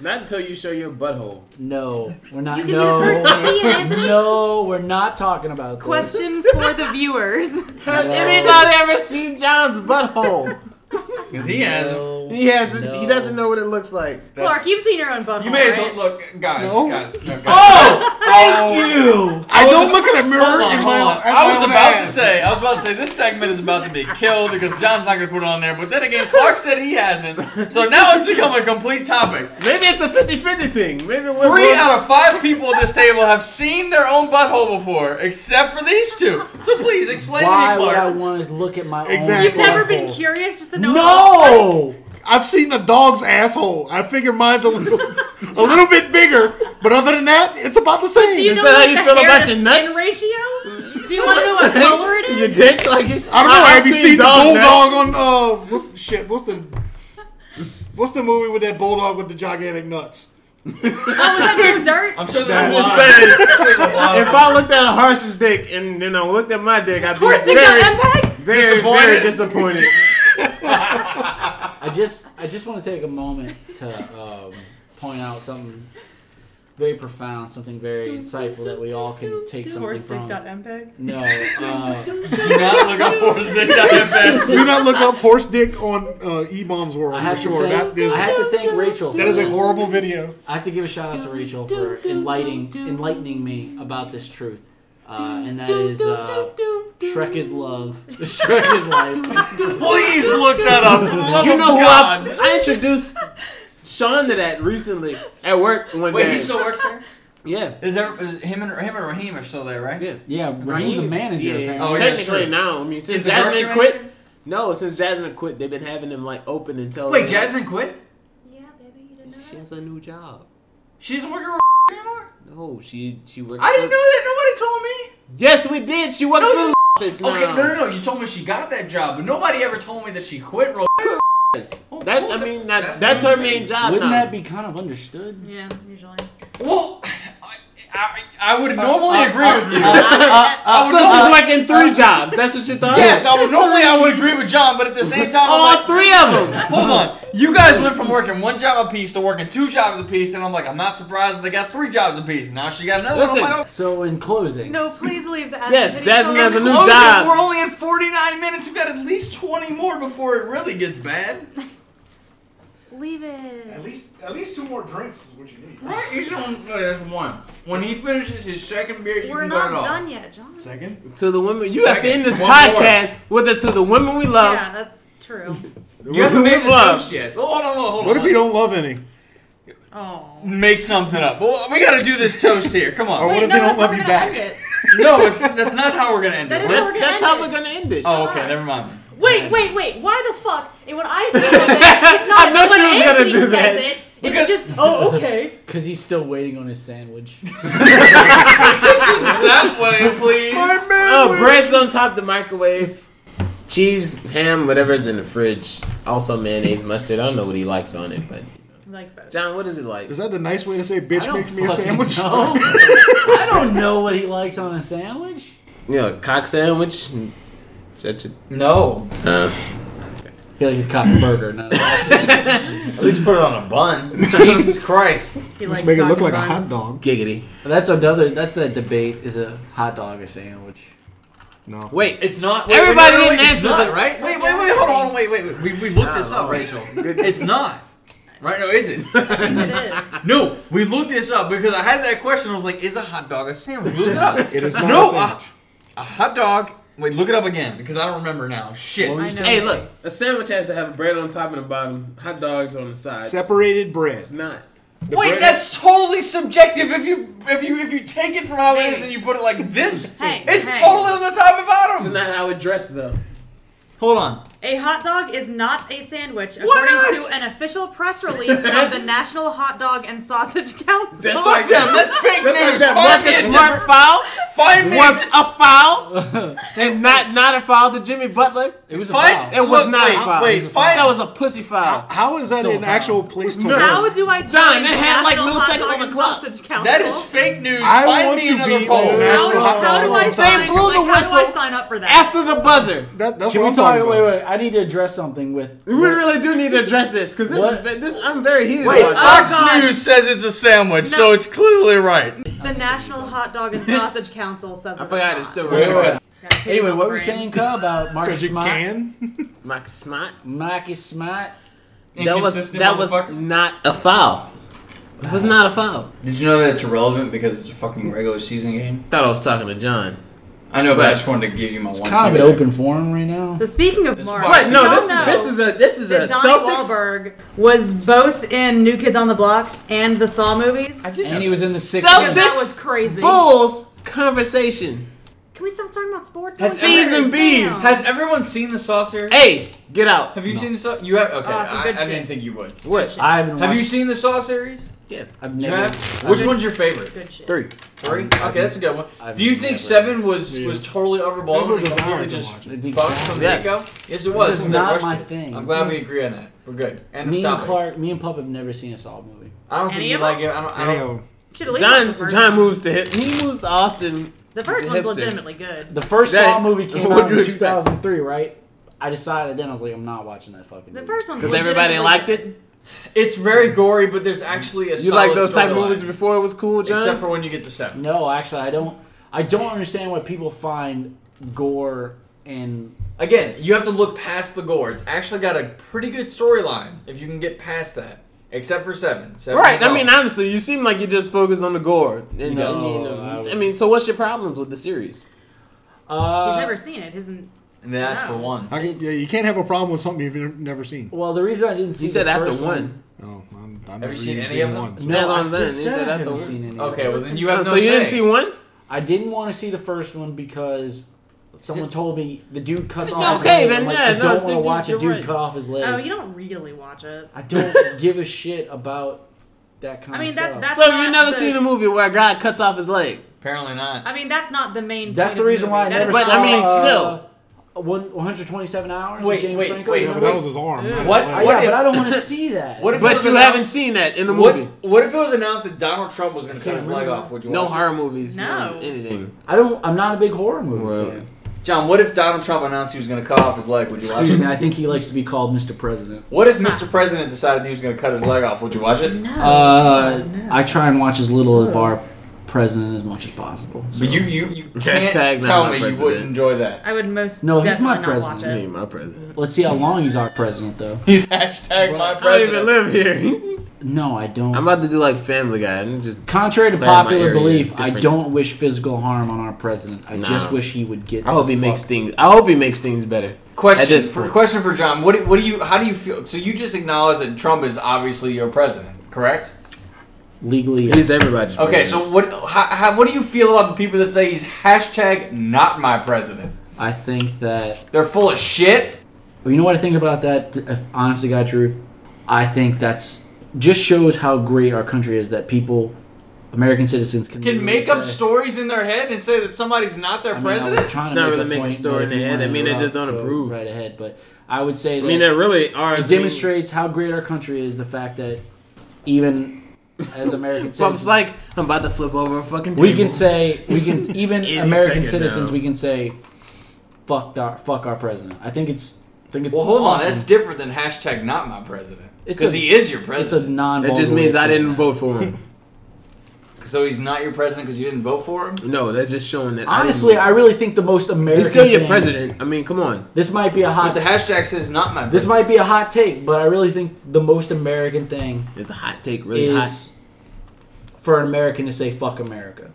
Not until you show your butthole. no, we're not. You can no, be the first to see it. Anthony. no, we're not talking about this. Question for the viewers. Has anybody ever seen John's butthole? 'Cause he has. No, He hasn't. He no. doesn't know what it looks like. Clark, you've seen your own butthole. You may as well right? look, guys. No. Guys, no, guys. Oh, thank you. I don't look in a mirror Hold on, in hold my on. own. at I my was own about to ass. say, I was about to say, this segment is about to be killed because John's not going to put it on there. But then again, Clark said he hasn't. So now it's become a complete topic. Maybe it's a 50-50 thing. Maybe we're Three both- out of five people at this table have seen their own butthole before, except for these two. So please explain Why to me, would I Clark. want to look at my Exactly. own? You've never been butthole? curious just to know. what it looks No. I've seen a dog's asshole. I figure mine's a little, a little bit bigger, but other than that, it's about the same. like. Do you Is know that what how you the feel hair about to your skin nuts? ratio? Do you want to know what color it Your is? dick like it? I don't know. I've have you seen the dog bulldog on nuts. uh what's, shit? What's the what's the movie with that bulldog with the gigantic nuts? Oh, is that Joe Dirt? I'm sure I'm there's a just lot. saying. There's a lot. If I looked at a horse's dick and then I looked at my dick, I'd be Horse dick very, got E MPEG? very, very Disappointed. disappointed. I just I just want to take a moment to um, point out something very profound, something very insightful that we all can take something Horse dick dot from. MPEG? No, uh, Do not look up horse dick down in bed. Do not look up horse dick on uh, E Bomb's World I for have sure. to thank That is I have to thank Rachel. For that is a this. horrible video. I have to give a shout out to Rachel for enlightening enlightening me about this truth, uh, and that is uh, Shrek is love, Shrek is life. Please look that up. For the love Oh, you know of who God. I, I introduced Sean to that recently at work one Wait, day. he still works there? yeah. Is there? Is him and him and Raheem are still there, right? Yeah. Yeah, Raheem's a manager. Yeah, apparently. Oh, yeah, technically sure. now. I mean, since Is the Jasmine grocery quit, manager? no, since Jasmine quit, they've been having him like open and tell. Wait, them, Jasmine quit. Yeah, baby, you didn't know like, She has a new job. She doesn't work at anymore. No, she she works. I didn't for- know that. Nobody told me. Yes, we did. She works No, for you- the office now. Okay, no, no, no. You told me she got that job, but nobody ever told me that she quit. Roll. That's I mean that, That's that's, her amazing. main job Wouldn't now. that be kind of understood? Yeah, usually. Well, I, I, I would normally agree with you. Oh, so she's working three jobs. That's what you thought? uh, yes, I would normally I would agree with John, but at the same time, I'm All like, three of them. Hold on, you guys went from working one job apiece to working two jobs apiece, and I'm like, I'm not surprised that they got three jobs apiece. Now she got another. one. I'm Listen, like, So in closing, No, please leave the Yes, video Jasmine alone. has a new "Oh, job. We're only at 49 minutes. We've got at least 20 more before it really gets bad. Leave it. least at least two more drinks is what you need. Right? You should only that's one. When he finishes his second beer, We're not done yet, John. Second, To the women, you have to end this One podcast with it to the women we love. Yeah, that's true. The You haven't women made we the love. toast yet. Hold on, hold on, hold on. what if you don't love any? Oh. make something up. Well, we got to do this toast here. Come Or on. what Wait, if no, they don't that's how love we're you gonna back? end it. No, it's, that's not how we're gonna end That it. is What? how we're gonna That's end how it. we're gonna end it. Oh, okay. Never mind. Wait, wait, wait. Why the fuck? And when I say that, it's not I know she when was gonna Anthony do says that. It, Because- it's just, oh, okay. because he's still waiting on his sandwich. that way, please. Oh, bread's on top of the microwave. Cheese, ham, whatever's in the fridge. Also mayonnaise, mustard. I don't know what he likes on it, but Like, but- John, what is it like? Is that the nice way to say I bitch don't make me a fucking sandwich? know. I don't know what he likes on a sandwich. You know, a cock sandwich. Such a No. uh, I feel like a cop burger. Not a At least put it on a bun. Jesus Christ. He Let's likes make it cock look and like a hot buns. dog. giggity. that's another. That's that debate. Is a hot dog a sandwich? No. Wait, It's not. Everybody didn't it's answer not, the- right? Wait, wait, wait. Hold on. Wait, wait. wait. We, we looked this up, Rachel. It's not. Right? No, is it? It is. No, we looked this up because I had that question. I was like, "Is a hot dog a sandwich?" We looked it up. It is not no, a sandwich. I- A hot dog. Wait, look it up again because I don't remember now. Shit. I know. Hey, look, a sandwich has to have bread on top and the bottom, hot dogs on the side. Separated bread. It's not. The Wait, bread- that's totally subjective. If you if you if you take it from how it is Hey. and you put it like this, Hey, it's hey. totally on the top and It's bottom. not how it dressed though. Hold on. A hot dog is not a sandwich, Why according not? to an official press release of the National Hot Dog and Sausage Council. Just Fuck like them. That's fake Just news. like that Find me Marcus a Smart different- foul Find me. a was a foul, and not not a foul to Jimmy Butler. It was a Find, foul. It was Look, not wait, a foul. Wait, find that was a pussy foul. How is that Still an foul. actual place to How work? do I join John, the they had, like, National milliseconds Hot Dog on the and clock. Sausage Council? that is fake news. I find want me to another be poll. on that. How do, National Hot how do Dog I and sign? Sausage. They blew like, the How do I whistle sign up for that? After the buzzer, That, that's Can what we I'm talking talk? about. Wait, wait. I need to address something with. we really do need to address this because this What? is this. I'm very heated. Wait, about uh, this. Fox Oh, God. News says it's a sandwich, No. so it's clearly right. the National Hot Dog and Sausage Council says I forgot it's still Wait, wait, wait. right. Anyway, what were we saying, Cub, about Marcus Because you Smart? can. Marcus Smart. Marcus Smart. That was that was not a foul. It was not a foul. Did you know that it's irrelevant because it's a fucking regular season game? Thought I was talking to John. I know, but I just wanted to give you my It's one. kind of two an there. open forum right now. So speaking of Mark, But no, y'all this know is this is a this is a that Donnie Celtics. Wahlberg was both in New Kids on the Block and the Saw movies. And he was in the six. Because that was crazy. Bulls conversation. Can we stop talking about sports? Has- Season Bs. Down. Has everyone seen the saucer? Hey, get out. Have you seen the saucer? You have. Oh, Okay, Awesome, I, good I shit. didn't think you would. What? I haven't watched. Have you seen the Saw series? Yeah. I've You never. have. I've Which never- one's your favorite? Good shit. Three. Three. I've- Okay, that's a good one. I've Do you think never- seven was Yeah. was totally People overblown? and desired completely to just watch I think fucked so. from the Yes. get go? Yes, it was. This is They not rushed my it. thing. I'm glad we agree on that. We're good. End Me of and topic. Clark, me and Pop have never seen a Saw movie. I don't Any think you of like them? it. I don't. I don't Damn. Should've at least watched the John first John one. moves to hit. He moves to Austin. The first He's a one's hipster. legitimately good. The first That- Saw movie came what'd out in you expect? 2003, right? I decided then I was like, I'm not watching that fucking. The movie. first one's Because everybody legitimately liked good. it. It's very gory, but there's actually a. You solid like those type storyline. movies before it was cool, John? except for when you get to seven. No, actually, I don't. I don't understand why people find gore and Again, you have to look past the gore. It's actually got a pretty good storyline if you can get past that. Except for seven. seven Right, is I mean, awful. honestly, you seem like you just focus on the gore. And, No, and, you know, I- um, I mean, so what's your problems with the series? uh, He's never seen it. Isn't And that's for No. one. I can, yeah, you can't have a problem with something you've never seen. Well, the reason I didn't see He said the after first one. one. No, I'm, I've Have never you seen even any of seen them? one. That's what I I'm saying. just He said said I after haven't one. seen any. Okay, well then you Uh, have no so you say. didn't see one? I didn't want to see the first one because someone told me the dude cuts off. his leg. Okay, I'm then, like, yeah, I no, don't want to dude, watch a you're dude right. cut off his leg. oh, you don't really watch it. I don't give a shit about that kind I mean, of that- stuff. that's so not you never the- seen a movie where a guy cuts off his leg? Apparently not. I mean, that's not the main. That's point the of reason movie. why I That never is- But, saw. I mean, uh, one- 127 hours. with Wait, James wait, Franco. wait, Yeah, but wait. that was his arm. not his What- leg. I- what yeah, if- but I don't want to see that. What if- But was you announced- haven't seen that in a What, movie. what if it was announced that Donald Trump was going to cut Can't his leg remember. off? Would you No watch it? horror movies, No. no, anything. I don't. I'm not a big horror movie Well, fan. John, what if Donald Trump announced he was going to cut off his leg? Would you watch Excuse me. it? I think he likes to be called Mr. President. What if Mr. President decided he was going to cut his leg off? Would you watch it? No. Uh, I try and watch as little of our president as much as possible. so- But you, you, you can't Hashtag not tell my me you president. wouldn't enjoy that. I would most No, he's my definitely not watch president. it. my president. Let's see how long he's our president, though. He's hashtag my I don't even president. live here. No, I don't. I'm about to do like Family Guy and just Contrary to Sorry, my popular area is belief, I different. don't wish physical harm on our president. I Nah. just wish he would get. I hope the he fuck- makes things. I hope he makes things better. At Question this for point. question for John. What do, what do you? How do you feel? So you just acknowledge that Trump is obviously your president, correct? legally. He's everybody's. Okay. president. So what? How, how, what do you feel about the people that say he's hashtag not my president? I think that. They're full of shit. Well, you know what I think about that? If honest to God truth, I think that's just shows how great our country is that people, American citizens, can Can literally make up say- stories in their head and say that somebody's not their I mean, I was president. trying to It's not make really a making point, story but in if their you head. I wanna mean, they interrupt, just don't go approve. Right ahead, but I would say I mean, that that really are. it demonstrates how great our country is. The fact that even as American So I'm just citizens, like, I'm about to flip over a fucking. we table. can say we can even Any American second citizens now. we can say fuck our fuck our president. I think it's I think it's Well, hold awesome. on. That's different than hashtag not my president. It's Because a- he is your it's a president. non. That just means I didn't vote for him. so he's not your president because you didn't vote for him. No, that's just showing that. Honestly, I really think the most American. he's still your thing- president. I mean, come on. This might be a But hot. the hashtag says not my. President. This might be a hot take, but I really think the most American thing It's a hot take, really hot. is for an American to say "fuck America."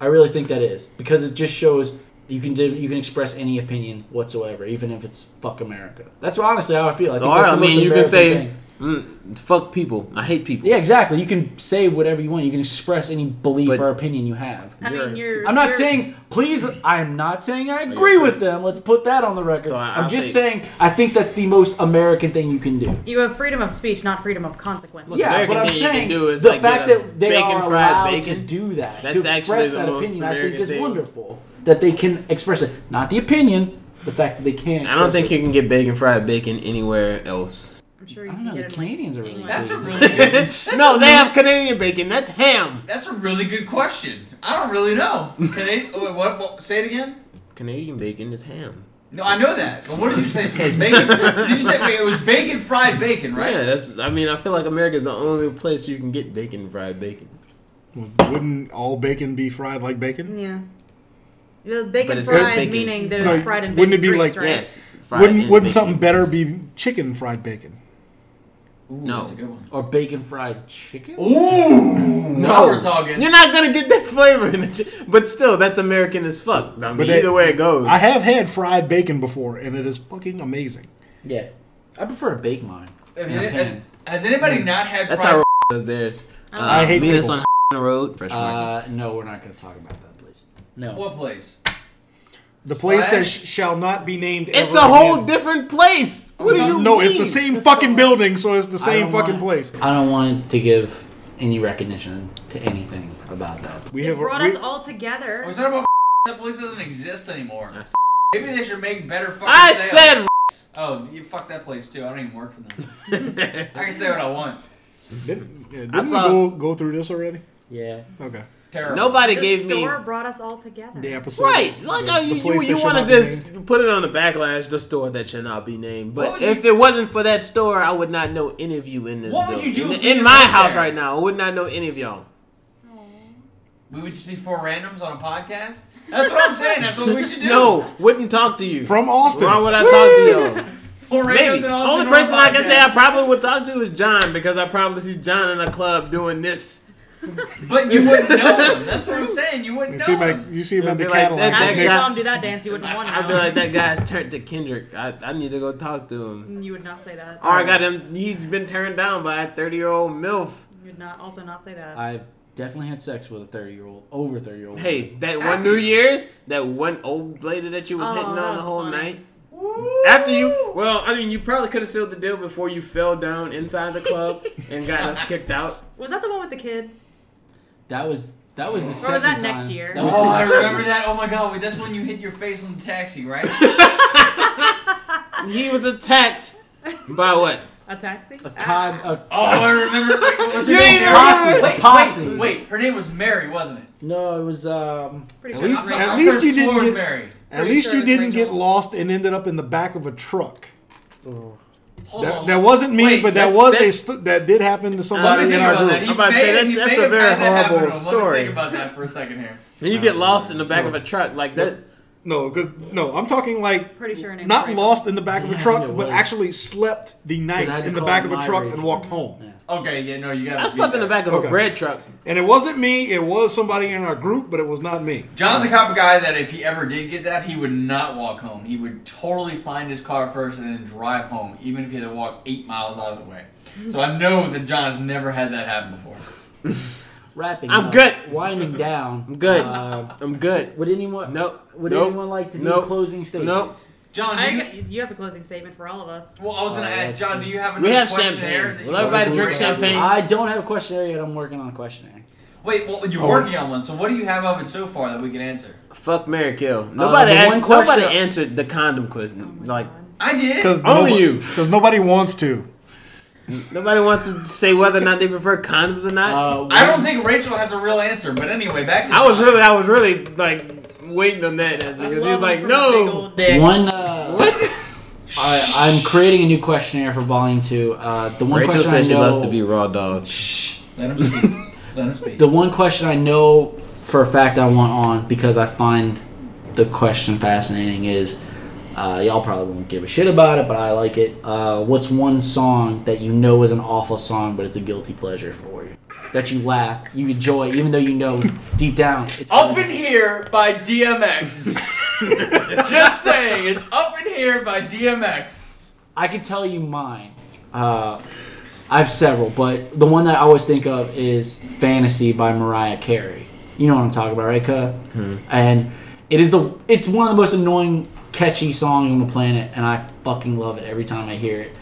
I really think that is because it just shows You can do, you can express any opinion whatsoever, even if it's fuck America. That's honestly how I feel. I think Or that's I the most mean, you can American say, thing. mm, "Fuck people. I hate people." yeah, exactly. You can say whatever you want. You can express any belief But- or opinion you have. I mean, you're. I'm not you're- saying please. I'm not saying I agree with them. Let's put that on the record. So I- I'm I'll just say- saying I think that's the most American thing you can do. you have freedom of speech, not freedom of consequence. What's yeah, American but I'm thing you can saying do is, the like, fact get a that they bacon are fried allowed bacon. to do that, That's to actually express the that most opinion, I American think is thing. wonderful that they can express it. Not the opinion, the fact that they can. I don't express think you can get bacon fried bacon anywhere else. I'm sure you I don't can know, get the it. Canadians are really That's good. That's a really good. No, they have Canadian bacon. That's ham. That's a really good question. I don't really know. Can they- oh, wait, what, what- Say it again. Canadian bacon is ham. No, I know that. But what did you say? bacon. Did you say wait, it was bacon fried bacon, right? Yeah, that's. I mean, I feel like America's the only place you can get bacon fried bacon. Wouldn't all bacon be fried like bacon? Yeah. Well, bacon But it says fried, bacon. meaning that No, it's fried and wouldn't it bacon be grease, like- right? Yes. fried Wouldn't and Wouldn't bacon. something better be chicken fried bacon? Ooh, No. That's a good one. Or bacon fried chicken. Ooh. No, Now we're talking. You're not gonna get that flavor, in the ch- but still, that's American as fuck. I mean, But either that- way it goes. I have had fried bacon before, and it is fucking amazing. Yeah, I prefer to bake mine. Have in you- a pan. has anybody not had that's fried how does theirs. Uh, I hate meet us on pickles. the road, fresh market. Uh, no, we're not going to talk about that, please. No. What place? The place that Splash? sh- shall not be named. It's ever a whole again. different place. What do No, you mean? No, it's the same fucking building, so it's the I same don't fucking want- place. I don't want to give any recognition to anything about that. We It have a, brought we- us all together. I was talking about that place doesn't exist anymore. That's- Maybe they should make better fucking I sales. said. Oh, you fucked that place too. I don't even work for them. I can say what I want. Didn't, yeah, didn't I saw- we go, go through this already? Yeah. Okay. Terrible. Nobody the gave me store brought us all together. The episode. right. Like the- how the you place you, that you shall want not to be just named. put it on the backlash, the store that shall not be named. What But would if you- it wasn't for that store, I would not know any of you in this. What would you building. do if in, we in didn't my work house there? right now? I would not know any of y'all. We would just be four randoms on a podcast. That's what I'm saying. That's what we should do. No, wouldn't talk to you. From Austin. Why would I talk to y'all? four randoms. Maybe. And all Only person I can say I probably would talk to is John because I probably see John in a club doing this. but you wouldn't know him. That's what I'm saying. You wouldn't You know see, my, him. you see him It'd at the be like Cadillac. that- After you guy- saw him do that dance, you wouldn't want to. I, I feel like that guy's turned to Kendrick. I, I need to go talk to him. You would not say that. Or I got him. He's been turned down by a thirty-year-old milf. You would not also not say that. I've definitely had sex with a 30 year old, over 30 year old. Hey, that one New Year's, that one old lady that you was Oh, hitting that on the was whole funny. night. After you, well, I mean, you probably could have sealed the deal before you fell down inside the club and got us kicked out. was that the one with the kid? That was that was the Or second was that time. next year? That was- Oh, I remember that. Oh my god, wait, that's when you hit your face on the taxi, right? He was attacked by what? A taxi? a Ah. cod. A, Oh, I remember. Wait, what was her You name? ain't Posse, Wait, wait, posse. Wait, her name was Mary, wasn't it? no, it was um. Pretty At sure least- that was at I least could've you didn't sworn get- Mary. At Pretty least sure you it was didn't get Ringgold. lost and ended up in the back of a truck. oh. Hold That, on. that wasn't me, Wait, but that that's- was a that's- st- that did happen to Let somebody me in think our about group. that. He I'm about to say, made- that's- he that's made a him very have that horrible happen. Let me story. think about that for a second here. And you get lost in the back of a truck like that. No, because no, I'm talking like Pretty sure her name not was lost in the back of Yeah, a I truck, think it but was. actually slept the night 'Cause I had to in the call back of a my truck Rachel. and walked home. Yeah. Okay, yeah, no, you gotta. I slept in the back of a Okay. bread truck. And it wasn't me; it was somebody in our group, but it was not me. John's a type of guy that if he ever did get that, he would not walk home. He would totally find his car first and then drive home, even if he had to walk eight miles out of the way. Mm-hmm. So I know that John's never had that happen before. Wrapping. I'm up, good. uh, Winding down. I'm good. Uh, I'm good. would anyone? Nope. Would Nope. anyone like to do Nope. closing statements? John, do I, you, you have a closing statement for all of us. Oh well, I was gonna Uh, ask that's John, true. do you have? We another have questionnaire champagne. that Will you- everybody drink Wait, champagne? I don't have a questionnaire yet. I'm working on a questionnaire. Wait, well, you're Oh. working on one. So what do you have of it so far that we can answer? Fuck Mary Kill. Nobody the one asked. Nobody question- answered the condom question. Like I did. Because Only you. because nobody wants to. nobody wants to say whether or not they prefer condoms or not. Uh, I don't one- think Rachel has a real answer. But anyway, back to I was John. really, I was really like waiting on that answer because he was like, "No, One. Uh, what?" I, I'm creating a new questionnaire for Volume Two. Uh, the one Rachel question I says she know- loves to be raw dog. Let him speak. Let him speak. The one question I know for a fact I want on because I find the question fascinating is uh, y'all probably won't give a shit about it, but I like it. Uh, what's one song that you know is an awful song, but it's a guilty pleasure for you? That you laugh, you enjoy, even though you know deep down it's Up in here by DMX. Just saying, it's up in here by DMX. I could tell you mine. Uh, I have several, but the one that I always think of is "Fantasy" by Mariah Carey. You know what I'm talking about, right, Cuh? And it is the it's one of the most annoying, catchy songs on the planet, and I fucking love it every time I hear it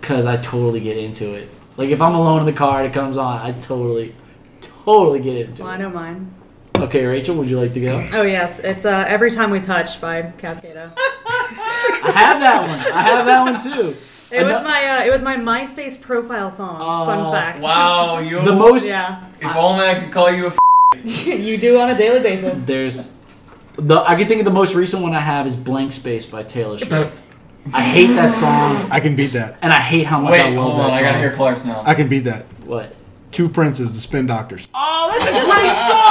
because I totally get into it. Like if I'm alone in the car and it comes on, I totally, totally get into Well, I know mine. it. Okay, Rachel, would you like to go? Oh yes, it's uh, "Every Time We Touch" by Cascada. I have that one. I have that one too. It was my uh, it was my MySpace profile song. Oh, Fun fact. Wow, you. The most. Yeah, If only I could call you a. F- you do on a daily basis. There's the I can think of the most recent one I have is Blank Space by Taylor Swift. I hate that song I can beat that. and I hate how much I Wait, love hold on, that I song. gotta hear Clark's now. I can beat that. What? Two Princes, The Spin Doctors. Ah! Oh, that's a great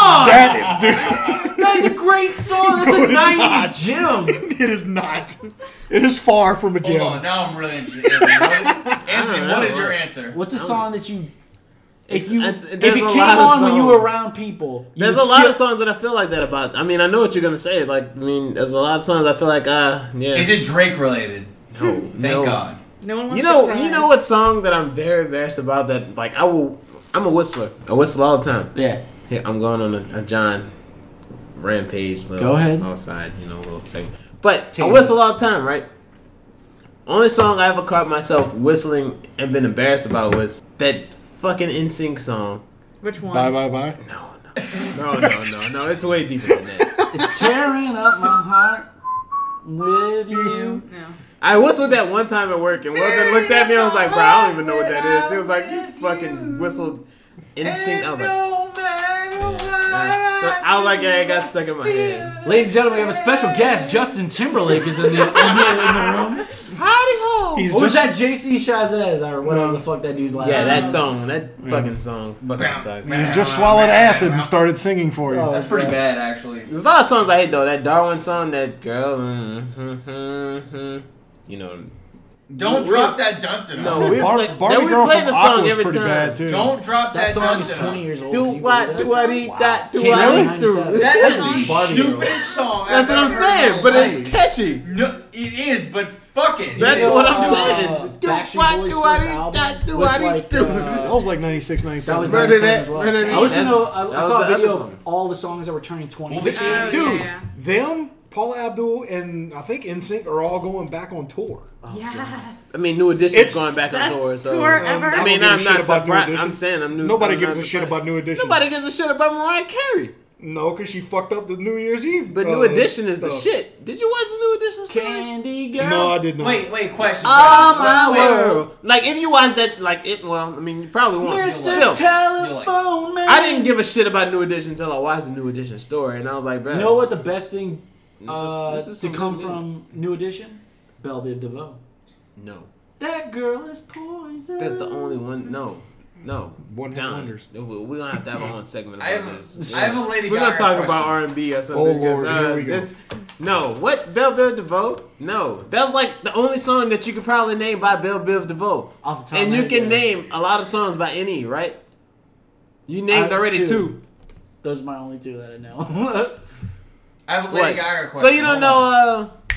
song. That dude, that is a great song. That's No, a it's not. nineties gym. it is not. It is far from a Hold gem. on, now I'm really interested. Anthony, what, Anthony, know. what is your answer? What's a song that you? If It's- you it's- if it there's came a lot of on when you songs. were around people, you There's a would lot of skip- songs that I feel like that about. I mean, I know what you're gonna say. Like, I mean, there's a lot of songs I feel like, ah, yeah. Is it Drake related? No, Thank no. God. No one wants You to know, cry. you know what song that I'm very embarrassed about. That like I will. I'm a whistler. I whistle all the time. Yeah. Yeah, I'm going on a, a John rampage. Little, Go ahead. Outside, you know, little thing. But Take I it. whistle all the time, right? Only song I ever caught myself whistling and been embarrassed about was that fucking NSYNC song. Which one? Bye bye bye. No, no, no, no, no, no. It's way deeper than that. It's tearing up my heart with you. You. No. I whistled that one time at work, and Wilson looked at me. I was like, "Bro, I don't even know what that is." He was like, "You fucking whistled NSYNC." I was like, Yeah. I was like, yeah, it got stuck in my head. Ladies and gentlemen, we have a special guest. Justin Timberlake is in the, in the, in the room. Oh, He's What was just- that JC Chazez or whatever the fuck that dude's last Yeah, name that was? song, that fucking song, fucking sucks. He just swallowed acid and started singing for you. Oh. That's pretty bad, actually. There's a lot of songs I hate though. That Darwin song, that girl, mm, mm, mm, mm. you know. Don't drop that dun dun. No, we Bar- play, Barbie then we Girl play from the Aqua song was every pretty time. bad too. Don't drop That that, song is dun-dun. 20 years old. Do Can you what? believe Do what? that? Eat that? Do Came out in what? 97. Do? That is That's the Barbie Girl. stupidest song. That's what I've I'm ever heard in saying. my But it's life. catchy. no, it is. But fuck it. That's It's- what uh, I'm saying. Do Backstreet what? Boys' Do what? first Eat album that? Do with, what? Eat like, do? uh, That was like 96, 97. That was Murder 97 that- as well. murder I listened that. to I, I That saw was a the other video song. of all the songs that were turning 20 Well, this this Oh, yeah, year- Dude, yeah. them, Paula Abdul, and I think NSYNC are all going back on tour. Um, yes. I mean, New Edition's It's- going back on Best tour, so. tour Um, ever. I I mean, don't I'm give a shit not about New surprised. Edition. I'm saying I'm new. Nobody so I'm gives not a shit surprised. about New Edition. Nobody gives a shit about Mariah Carey. No, because she fucked up the New Year's Eve. But uh, New Edition is the stuff. shit. Did you watch the New Edition story? Candy girl. No, I did not. Wait, wait. Question. Oh question. my Wait, wait. world! Like if you watch that, like it. Well, I mean, you probably won't. Mr. Still, Telephone Man. I didn't give a shit about New Edition until I watched the New Edition story, and I was like, bro. You know what the best thing This is- uh, this is to something come new. from New Edition? Belle Biv DeVoe. No, That girl is poison. that's the only one. No, no. One hit John, wonders. we- We're gonna have to have a whole segment I about have a- this. I have a Lady We're not Gaga talking about R question. and B or something. Oh, 'cause, Lord, uh, here we go. this- no, what Bill Bill DeVoe? No, that's like the only song that you could probably name by Bill Bill DeVoe. Off the top of And my you head, can yeah. name a lot of songs by any, right? You named I- already two. two. Those are my only two that I know. I have a Lady Right. Gaga question. So you don't Hold on. know. Uh,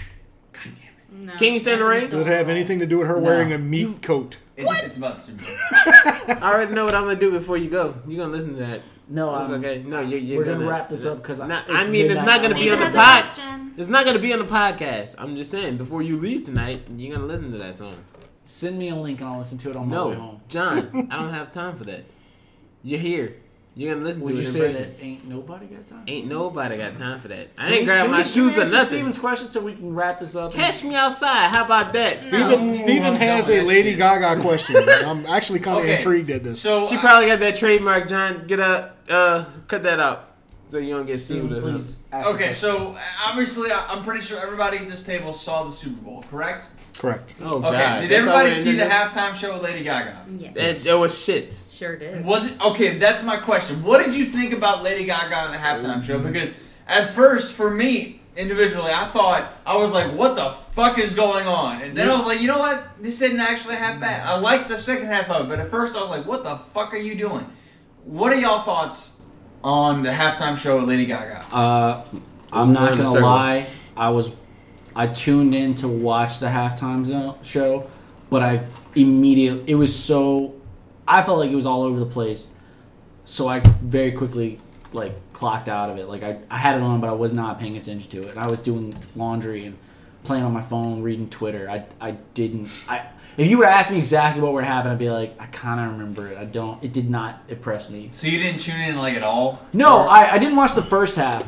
No. Can you stand the rain? Does it have anything to do with her wearing a meat coat? It's, it's about the Super Bowl. uh, I already know what I'm gonna do before you go. You're gonna listen to that. no, um, That's I'm, okay. No, you're, you're we're gonna, wrap this up because Nah, I mean, it's not gonna be on Steven the has a pod. question. It's not gonna be on the podcast. I'm just saying. Before you leave tonight, you're gonna listen to that song. Send me a link and I'll listen to it on my way No, home. John, I don't have time for that. You're here. You're gonna listen Would to you it. in say person. that ain't nobody got time? Ain't nobody got time for that. I Can ain't we- grab can my we- can we shoes or answer nothing. Steven's question so we can wrap this up. and- Catch me outside. How about that? Steven, Steven I'm has done a with that Lady shit. Gaga question. I'm actually kind of Okay. intrigued at this. So uh, She I- probably got that trademark, John. Get up. Uh, cut that out so you don't get sued. Steven, Or something. Mm, please. ask your Okay, question. so uh, obviously, I- I'm pretty sure everybody at this table saw the Super Bowl, correct? Correct. Oh Okay, God! did That's how everybody we see ended the this? halftime show with Lady Gaga? Yeah. That, that was shit. Sure did. Was it okay? That's my question. What did you think about Lady Gaga on the halftime show? Mm-hmm. Because at first, for me individually, I thought I was like, "What the fuck is going on?" And then I was like, "You know what? This isn't actually half bad." I liked the second half of it, but at first I was like, "What the fuck are you doing?" What are y'all thoughts on the halftime show with Lady Gaga? Uh, I'm We're not in a gonna circle. lie. I was I tuned in to watch the halftime zo- show, but I immediately it was so I felt like it was all over the place. So I very quickly like clocked out of it. Like I, I had it on but I was not paying attention to it. And I was doing laundry and playing on my phone, reading Twitter. I I didn't I if you would ask me exactly what would happen, I'd be like, I kind of remember it. I don't. It did not impress me. So you didn't tune in like at all? No, I, I didn't watch the first half.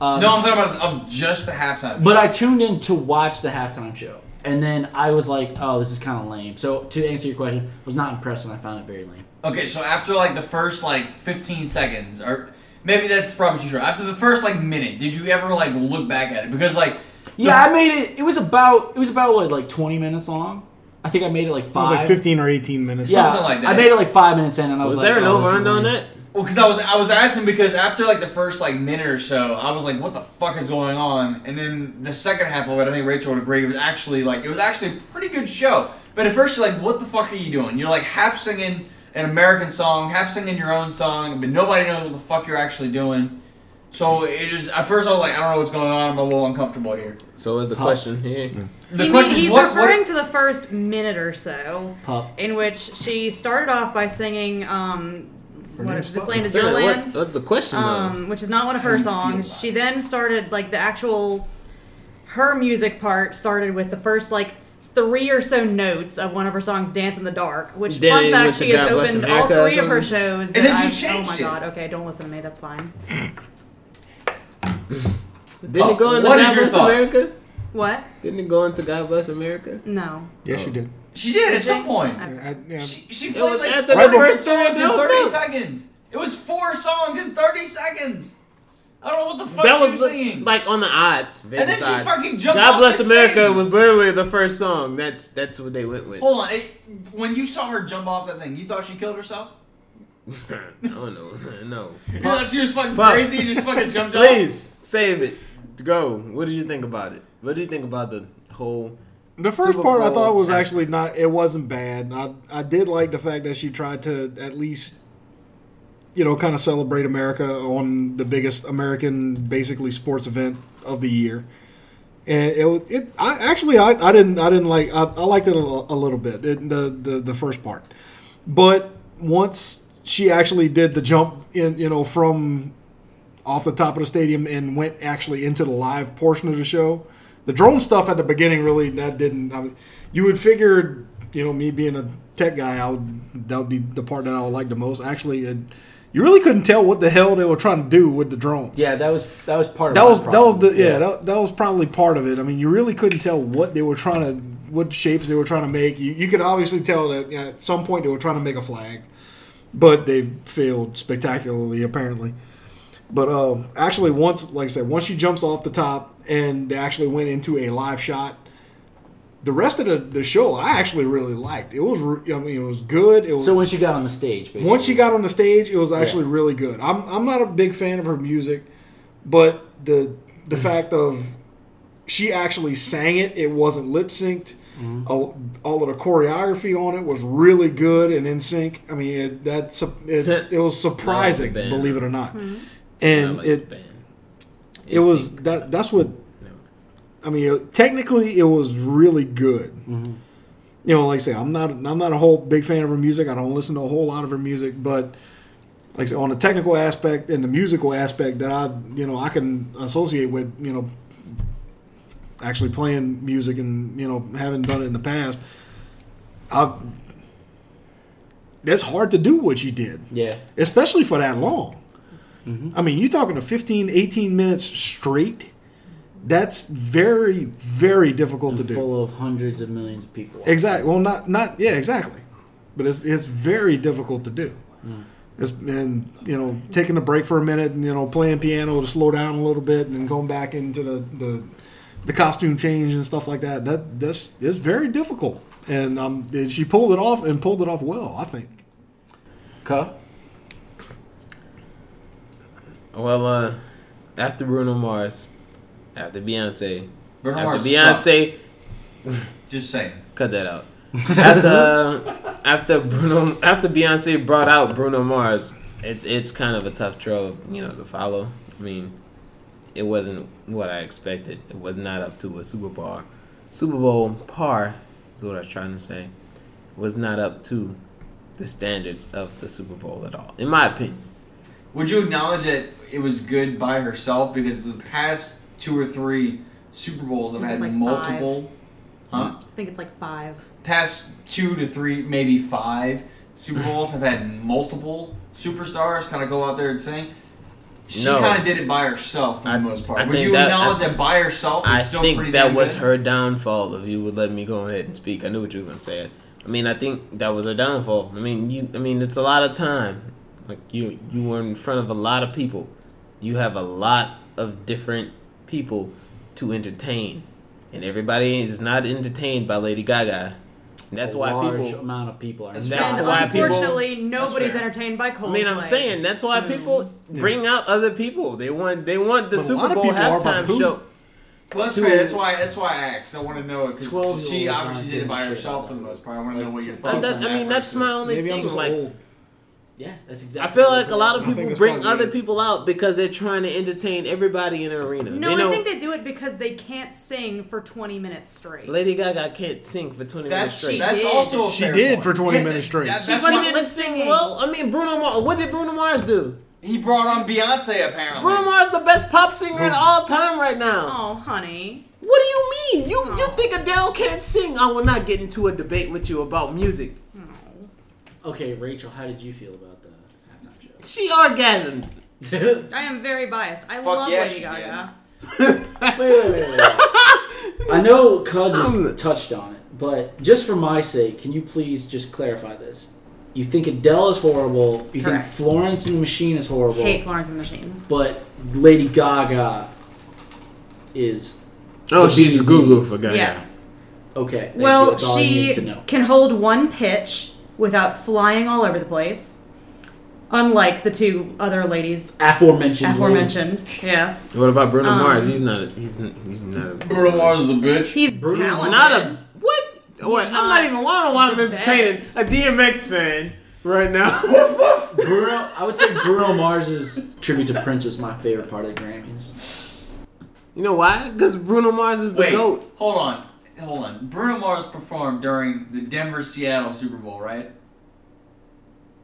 Um, No, I'm talking about of just the halftime. But I tuned in to watch the halftime show, and then I was like, "Oh, this is kind of lame." So to answer your question, I was not impressed, and I found it very lame. Okay, so after like the first like 15 seconds, or maybe that's probably too short. After the first like minute, did you ever like look back at it? Because like, Yeah, I made it. It was about it was about what like twenty minutes long. I think I made it like It was five. like 15 or 18 minutes. Yeah, something like that. I made it like five minutes in, and I was, Was like, there an oh, over this is under on lame. that? because I was I was asking because after like the first like minute or so, I was like, what the fuck is going on? And then the second half of it, I think Rachel would agree, was actually like it was actually a pretty good show. But at first, you're like, what the fuck are you doing? You're like half singing an American song, half singing your own song, but nobody knows what the fuck you're actually doing. So it just at first I was like, I don't know what's going on. I'm a little uncomfortable here. So is the Huh. question here. He The mean- question is, he's what- what- referring to the first minute or so, Pup. in which she started off by singing um, what, name's "This Pup. Land Is So Your what, Land," what's the question though? um, which is not one of her songs. She then started like the actual her music part started with the first like three or so notes of one of her songs, "Dance in the Dark," which Then fun it went fact to she has God Bless opened all America or three of her something? shows. And then that she I- changed Oh my it. god! Okay, don't listen to me. That's fine. Didn't it go into what is God your Bless thoughts? America? What? Didn't it go into God Bless America? No. Yes, you did. She did at some point. I- I, yeah. Oh. She, she It played was like after the four first songs two in adult thirty notes. seconds. It was four songs in thirty seconds. I don't know what the fuck That she was, was singing. like on the odds. and then Vegas she odds. fucking jumped. God off Bless the America stage. was literally the first song. That's that's what they went with. Hold on, it, when you saw her jump off that thing, you thought she killed herself? I don't know. No. You thought she was fucking Pop. crazy and just fucking jumped off? Please save it. Go. What did you think about it? What did you think about the whole? The first Super part I Bowl thought was after. actually not. It wasn't bad. I I did like the fact that she tried to at least, you know, kind of celebrate America on the biggest American basically sports event of the year. And it was- it I actually I, I didn't I didn't like I, I liked it a, li- a little bit it, the, the the first part, but once she actually did the jump in you know from off the top of the stadium and went actually into the live portion of the show. The drone stuff at the beginning really that didn't. I mean, you would figure, you know, me being a tech guy, I would that would be the part that I would like the most. Actually, it, you really couldn't tell what the hell they were trying to do with the drones. Yeah, that was that was part of that my was that was problem. the yeah, That, that was probably part of it. I mean, you really couldn't tell what they were trying to, what shapes they were trying to make. You you could obviously tell that at some point they were trying to make a flag, but they failed spectacularly apparently. But uh, actually, once like I said, once she jumps off the top and they actually went into a live shot, the rest of the, the show I actually really liked. It was re- I mean it was good. It was So when she got on the stage, basically. once she got on the stage, it was actually really good. I'm I'm not a big fan of her music, but the the fact of she actually sang it, it wasn't lip synced. All, all of the choreography on it was really good and in sync. I mean, it, that's it, it was surprising, band. believe it or not. And Like it band. it was that that's what I mean. uh, Technically, it was really good. You know, like I say, I'm not I'm not a whole big fan of her music. I don't listen to a whole lot of her music, but like I say, on the technical aspect and the musical aspect that I you know I can associate with you know actually playing music and you know having done it in the past, I that's hard to do what she did yeah, especially for that long. I mean, you're talking to 15, 18 minutes straight. That's very, very difficult to and do. full of hundreds of millions of people. Exactly. Well, not, not, yeah, exactly. But it's, it's very difficult to do. It's, and, you know, taking a break for a minute and, you know, playing piano to slow down a little bit and then going back into the, the, the costume change and stuff like that. That, that's, it's very difficult. And um, she pulled it off and pulled it off well, I think. Cuh? Well, uh, after Bruno Mars, after Beyonce, Bruno after Mars sucked. Beyonce, Just saying. cut that out. after after Bruno after Beyonce brought out Bruno Mars, it's it's kind of a tough trail, you know, to follow. I mean, it wasn't what I expected. It was not up to a Super Bowl. Super Bowl par is what I was trying to say. Was not up to the standards of the Super Bowl at all, in my opinion. Would you acknowledge that it was good by herself? Because the past two or three Super Bowls have I had think it's like multiple, huh? I think it's like five. Past two to three, maybe five Super Bowls have had multiple superstars kind of go out there and sing. She No. kind of did it by herself for I- the most part. I Would think you that- acknowledge I- that by herself? It's I still think pretty that damn was good? her downfall. If you would let me go ahead and speak, I knew what you were gonna say. I mean, I think that was her downfall. I mean, you. I mean, it's a lot of time. Like you, you were in front of a lot of people. You have a lot of different people to entertain, and everybody is not entertained by Lady Gaga. And that's a why large people. amount of people are. That's That's and why people- unfortunately, nobody's fair. entertained by Coldplay. I mean, I'm saying that's why people bring out other people. They want. They want the But a lot Super of Bowl people are by halftime who? show. Well, that's Two- fair. That's why. That's why I asked. I want to know it 12 because she year olds obviously aren't did it by doing shit herself like for the that. most part. I want to know what your I thoughts I- on that- that I mean, that's versus- my only Maybe I'm thing. just Like, old. Yeah, that's I exactly. feel what like it a lot of I think people it's bring probably- other people out because they're trying to entertain everybody in the arena. No, they know I think they do it because they can't sing for 20 minutes straight. Lady Gaga can't sing for 20 minutes That's straight. that's did. also a She fair did point. for 20 Yeah, minutes straight. that- she that's wasn't not- uh, even lip singing singing. well. I mean, Bruno Mars. What did Bruno Mars do? he brought on Beyonce apparently. Bruno Mars the best pop singer in all time right now. Oh, honey. What do you mean? You you Oh. think Adele can't sing? I will not get into a debate with you about music. is. Okay, Rachel, how did you feel about the halftime show? She orgasmed. wait, I am very biased. I love yeah, she Lady did. Gaga. wait, wait, wait. wait. I know Cud Um, just touched on it, but just for my sake, can you please just clarify this? You think Adele is horrible. You Correct. think Florence and the Machine is horrible. Hate Florence and the Machine. But Lady Gaga is Oh, The she's bee's Google knees. for Gaga. Yes. okay. thank you, Well, that's all I she needed to know. can hold one pitch without flying all over the place, unlike the two other ladies aforementioned. lady. aforementioned. Yes. What about Bruno Um, Mars? He's not. A, he's n- he's not. A, Bruno Mars is a bitch. He's Bruce is talented. not a what? Wait, I'm not not even. I don't know why I'm the entertaining best. a DMX fan right now. Bruno, I would say Bruno Mars's tribute to Prince was my favorite part of the Grammys. you know why? Because Bruno Mars is the Wait, goat. hold on, hold on. Bruno Mars performed during the Denver Seattle Super Bowl, right?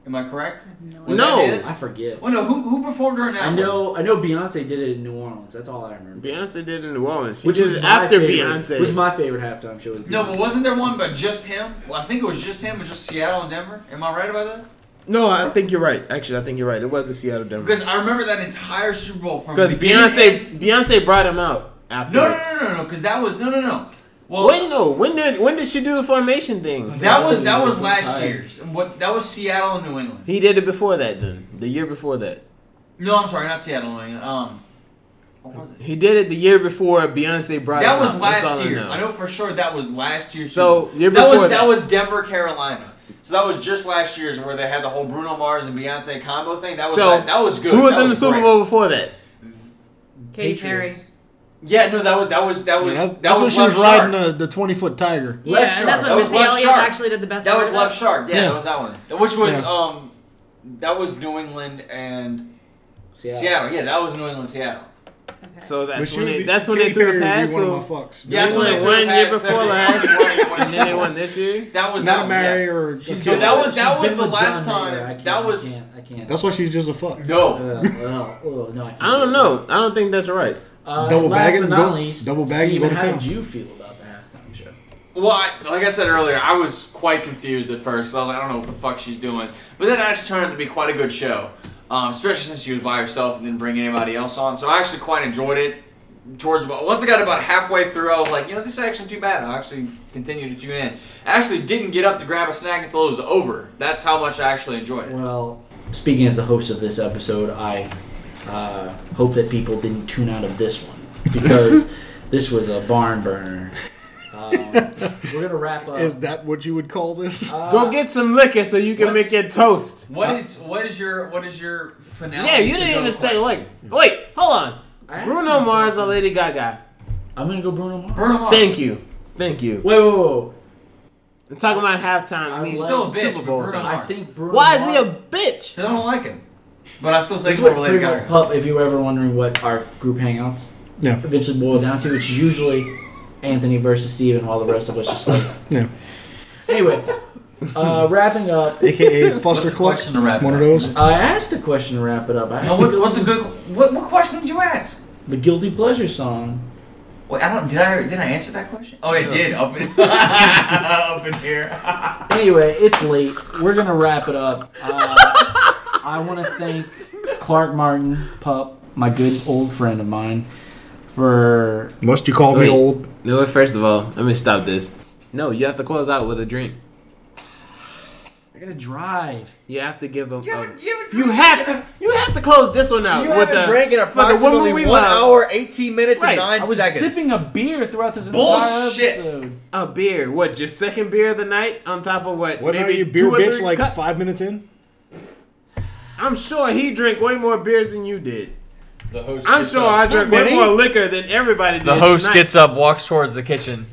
Am I correct? Was No. that his? I forget. Well, no. Who who performed during that? I one? know. I know Beyonce did it in New Orleans. That's all I remember. Beyonce did in New Orleans. She Which did was it my after favorite- Beyonce. Was my favorite halftime show. Was No, Beyonce. but wasn't there one but just him? Well, I think it was just him and just Seattle and Denver. Am I right about that? no, I think you're right. Actually, I think you're right. It was the Seattle Denver. Because I remember that entire Super Bowl from Because beginning to end. Beyonce, Beyonce brought him out after. No, no, no, no, no, because that was no, no, no. Well, Wait, no. When did when did she do the formation thing? that was that was I'm last tired. year's. What that was Seattle and New England. He did it before that. Then the year before that, No, I'm sorry, not Seattle and New England. Um, what was it? he did it the year before Beyonce brought That him was out. That's all last year. know. I know for sure that was last year's. So, Super Bowl. year that was before that. that was Denver, Carolina. So that was just last year's where they had the whole Bruno Mars and Beyonce combo thing. That was So, that, that was good. Who was That in the Super great. Bowl before that? Katy Perry. Patriots. Yeah, no, that was that was that was Yeah, that's that that's when was she was Left Shark. riding the, the 20 foot tiger. Yeah, Left and that's Shark. when That was Missy Left Elliott Shark. actually did the best. That part was of Left Shark. Yeah, Yeah. that was that one. Which was Yeah. um, that was New England and Seattle. Seattle. Yeah, that was New England, Seattle. Okay. So But that's she when would they, be- that's when Katy they threw Perry the would be pass. One So of my fucks. Yeah, that's New when they England threw won the year pass, before that- last. and then they won that this year. was Not that a one, Mary yeah. or. She's Dude, been that with- was- that she's was been the with John last time. Mayer. I can't- That was- I can't. I can't. That's why she's just a fuck. No, Uh, well, well, no, I, can't I don't know. I don't think that's right. Uh, Double last bag but and not go- least, double bag and Steven, go to how town. did you feel about the halftime show? Well, I, like I said earlier, I was quite confused at first. I was like, I don't know what the fuck she's doing. But then it actually turned out to be quite a good show, um, especially since she was by herself and didn't bring anybody else on. So I actually quite enjoyed it. Towards about once I got about halfway through, I was like, you know, this is actually too bad. I actually continued to tune in. I actually didn't get up to grab a snack until it was over. That's how much I actually enjoyed it. Well, speaking as the host of this episode, I uh, hope that people didn't tune out of this one because this was a barn burner. Um, we're gonna wrap Uh, up. Is that what you would call this? Uh, Go get some liquor so you can make what's- your toast. what is what is your what is your finale? Yeah, you to didn't no even say question? like. Wait, hold on. I asked Bruno him. Mars or Lady Gaga? I'm gonna go Bruno Mars. Bruno Mars. Thank you, thank you. Wait, wait, wait, wait. I'm talking about halftime. I I mean, love- Still a bitch, Super Bowl but Bruno time. I Mars. think Bruno. why is Mars, he a bitch? 'Cause I don't like him. But I still take This him is what over Lady Pretty Little Gaga. Pup, if you were ever wondering what our group hangouts Yeah. eventually boil down to, which is usually Anthony versus Steven while the rest of us just like. Yeah. Anyway, uh, wrapping up. AKA What's Fluster the Cluck. question to wrap One it of up? those. I asked a question to wrap it up. I asked No, what, what's a good? What, what question did you ask? the guilty pleasure song. Wait, I don't. Did I did I answer that question? Oh, I did. Up in up in here. Anyway, it's late. We're gonna wrap it up. Uh, I want to thank Clark Martin, pup, my good old friend of mine, for Must you call me Wait. old? No, but first of all, let me stop this. No, you have to close out with a drink. I gotta drive. You have to give them. You haven't- you haven't you drank have yet. to. You have to close this one out You with haven't the drank in for the woman approximately we one love. hour, eighteen minutes, Right. and nine I was seconds. sipping a beer throughout this Bullshit. entire episode. a beer. What? Your second beer of the night on top of what? What are maybe you, beer two or bitch, three like cups? five minutes in? I'm sure he drank way more beers than you did. the host I'm gets sure up. I drank Not way many. more liquor than everybody did. The host tonight. gets up, walks towards the kitchen,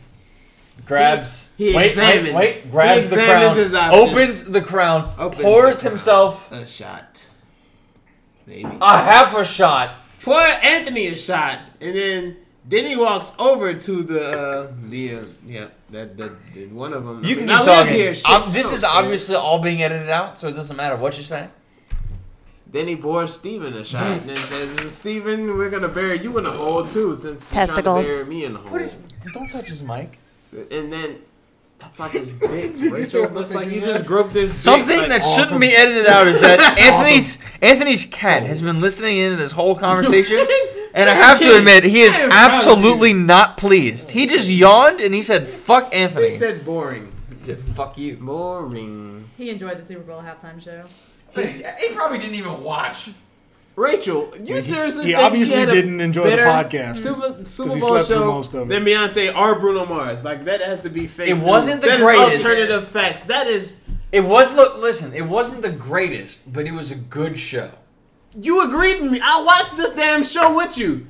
grabs. He- he wait, examines- wait, wait! he Grabs the examines crown, his options. opens the crown, Opens pours the crown. himself a shot. Maybe. a half a shot. Pour Uh, Anthony a shot, and then then he walks over to the uh, the uh, yeah that that the- one of them. You can I keep live talking. here, shit. I'm- this is Oh, obviously all being edited out, so it doesn't matter what you're saying. Then he pours Steven a shot and then says, Steven, we're gonna bury you in a hole too, since you're trying to Testicles. bury me in a hole. What is? Don't touch his mic. and then that's like his dick, say Rachel. what Looks the like heck you is just that? groped this. Something dick, that like, shouldn't be edited out is that Anthony's Anthony's cat has been listening into this whole conversation, and I have to admit he is I am proud of you. absolutely not pleased. He just yawned and he said, "Fuck Anthony." He said boring, said, "Fuck you." boring. He enjoyed the Super Bowl halftime show. He, he probably didn't even watch. Rachel, you seriously? he think obviously had a didn't enjoy the better podcast, Super, Super he Bowl slept through show most of it. than Beyonce or Bruno Mars. Like that has to be fake. It news. wasn't the That is greatest. alternative facts. That is. It was look. Listen, it wasn't the greatest, but it was a good show. You agreed with me. I watched this damn show with you,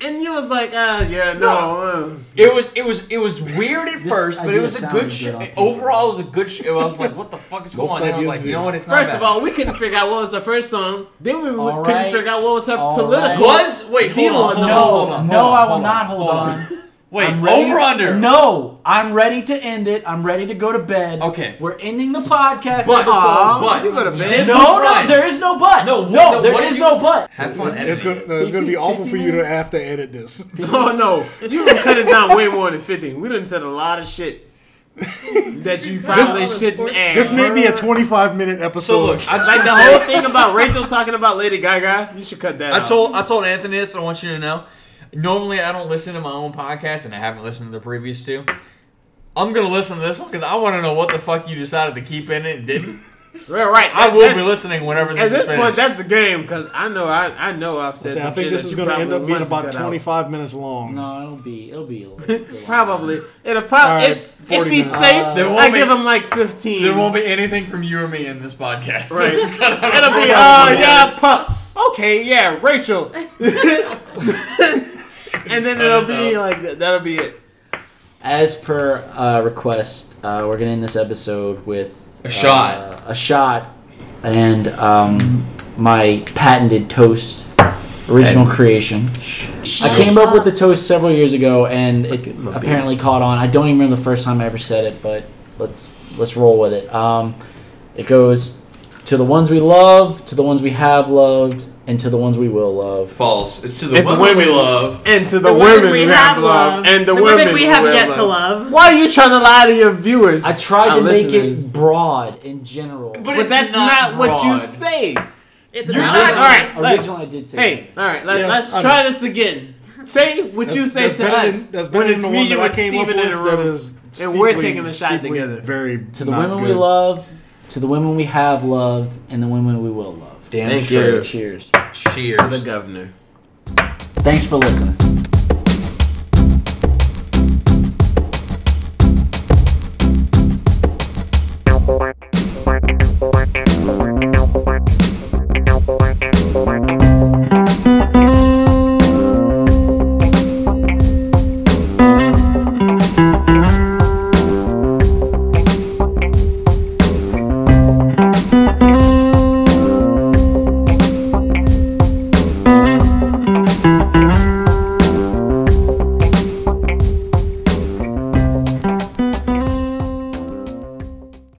and you was like, "Ah, yeah, no." uh. It was it was it was weird at first, but it idea was a sounded good show. good on paper. Overall, it was a good show. I was like, "What the fuck is going Most on?" Then I ideas was like, do. "You know what? It's not First bad." of all, we couldn't figure out what was her first song. Then we All couldn't right. figure out what was her All political. right. was wait hold Feel on on, hold the- on, hold on, no, hold on, I will hold not hold on. Wait, I'm ready- over under. No, I'm ready to end it. I'm ready to go to bed. Okay. We're ending the podcast. But- episode. but- you go to bed. Did- no, Right. no, there is no but. No, No, what- no, no, there what is did no but. Have fun It's editing. gonna, no, it's gonna be 50 awful for you to minutes? have to edit this. Oh no, you done cut it down way more than fifty. We done said a lot of shit that you probably This- shouldn't add. This may be a 25 minute episode. So look, I, like the whole thing about Rachel talking about Lady Gaga. You should cut that. I out. told I told Anthony this. I want you to know. Normally, I don't listen to my own podcast, and I haven't listened to the previous two. I'm gonna listen to this one because I want to know what the fuck you decided to keep in it and didn't. Right, right. I That- will that- be listening whenever this At is this finished. point, that's the game because I know I, I know I've said. See, I some think shit this that is you going to end probably up being want to about cut out. 25 minutes long. No, it'll be it'll be. a little- Probably it'll All probably right, if, 40 if he's minutes. safe, There won't I be- give him like fifteen. there won't be anything from you or me in this podcast. Right. It's gonna- It'll be oh yeah, pup. Okay, yeah, Rachel. and then it'll us be like that'll be it. As per uh, request, uh, we're gonna end this episode with a shot. a shot, and um, my patented toast, original creation. I came up with the toast several years ago, and it apparently caught on. I don't even remember the first time I ever said it, but let's let's roll with it. Um, it goes to the ones we love, to the ones we have loved, and to the ones we will love. False. It's to the It's the women, we women. love. And to the, women, we have loved, and the, women, we have will yet to love. Why are you trying to lie to your viewers? I tried Our to make listeners. it broad and general. But but it's that's not not, what you broad. say. It's an You're hour. not- all right. like- Originally, I did say. Hey, all right, let, Yeah, let's I try this again. Say what you say that's to better us than- that's better when than it's the me, one that you, I and came up Steven in a with that room. is and we're steeply- taking a shot steeply together. Very to the not women we good. love, to the women we have loved, and the women we will love. Damn Thank straight. you. Cheers. Cheers. the governor. Thanks for listening. Outboard.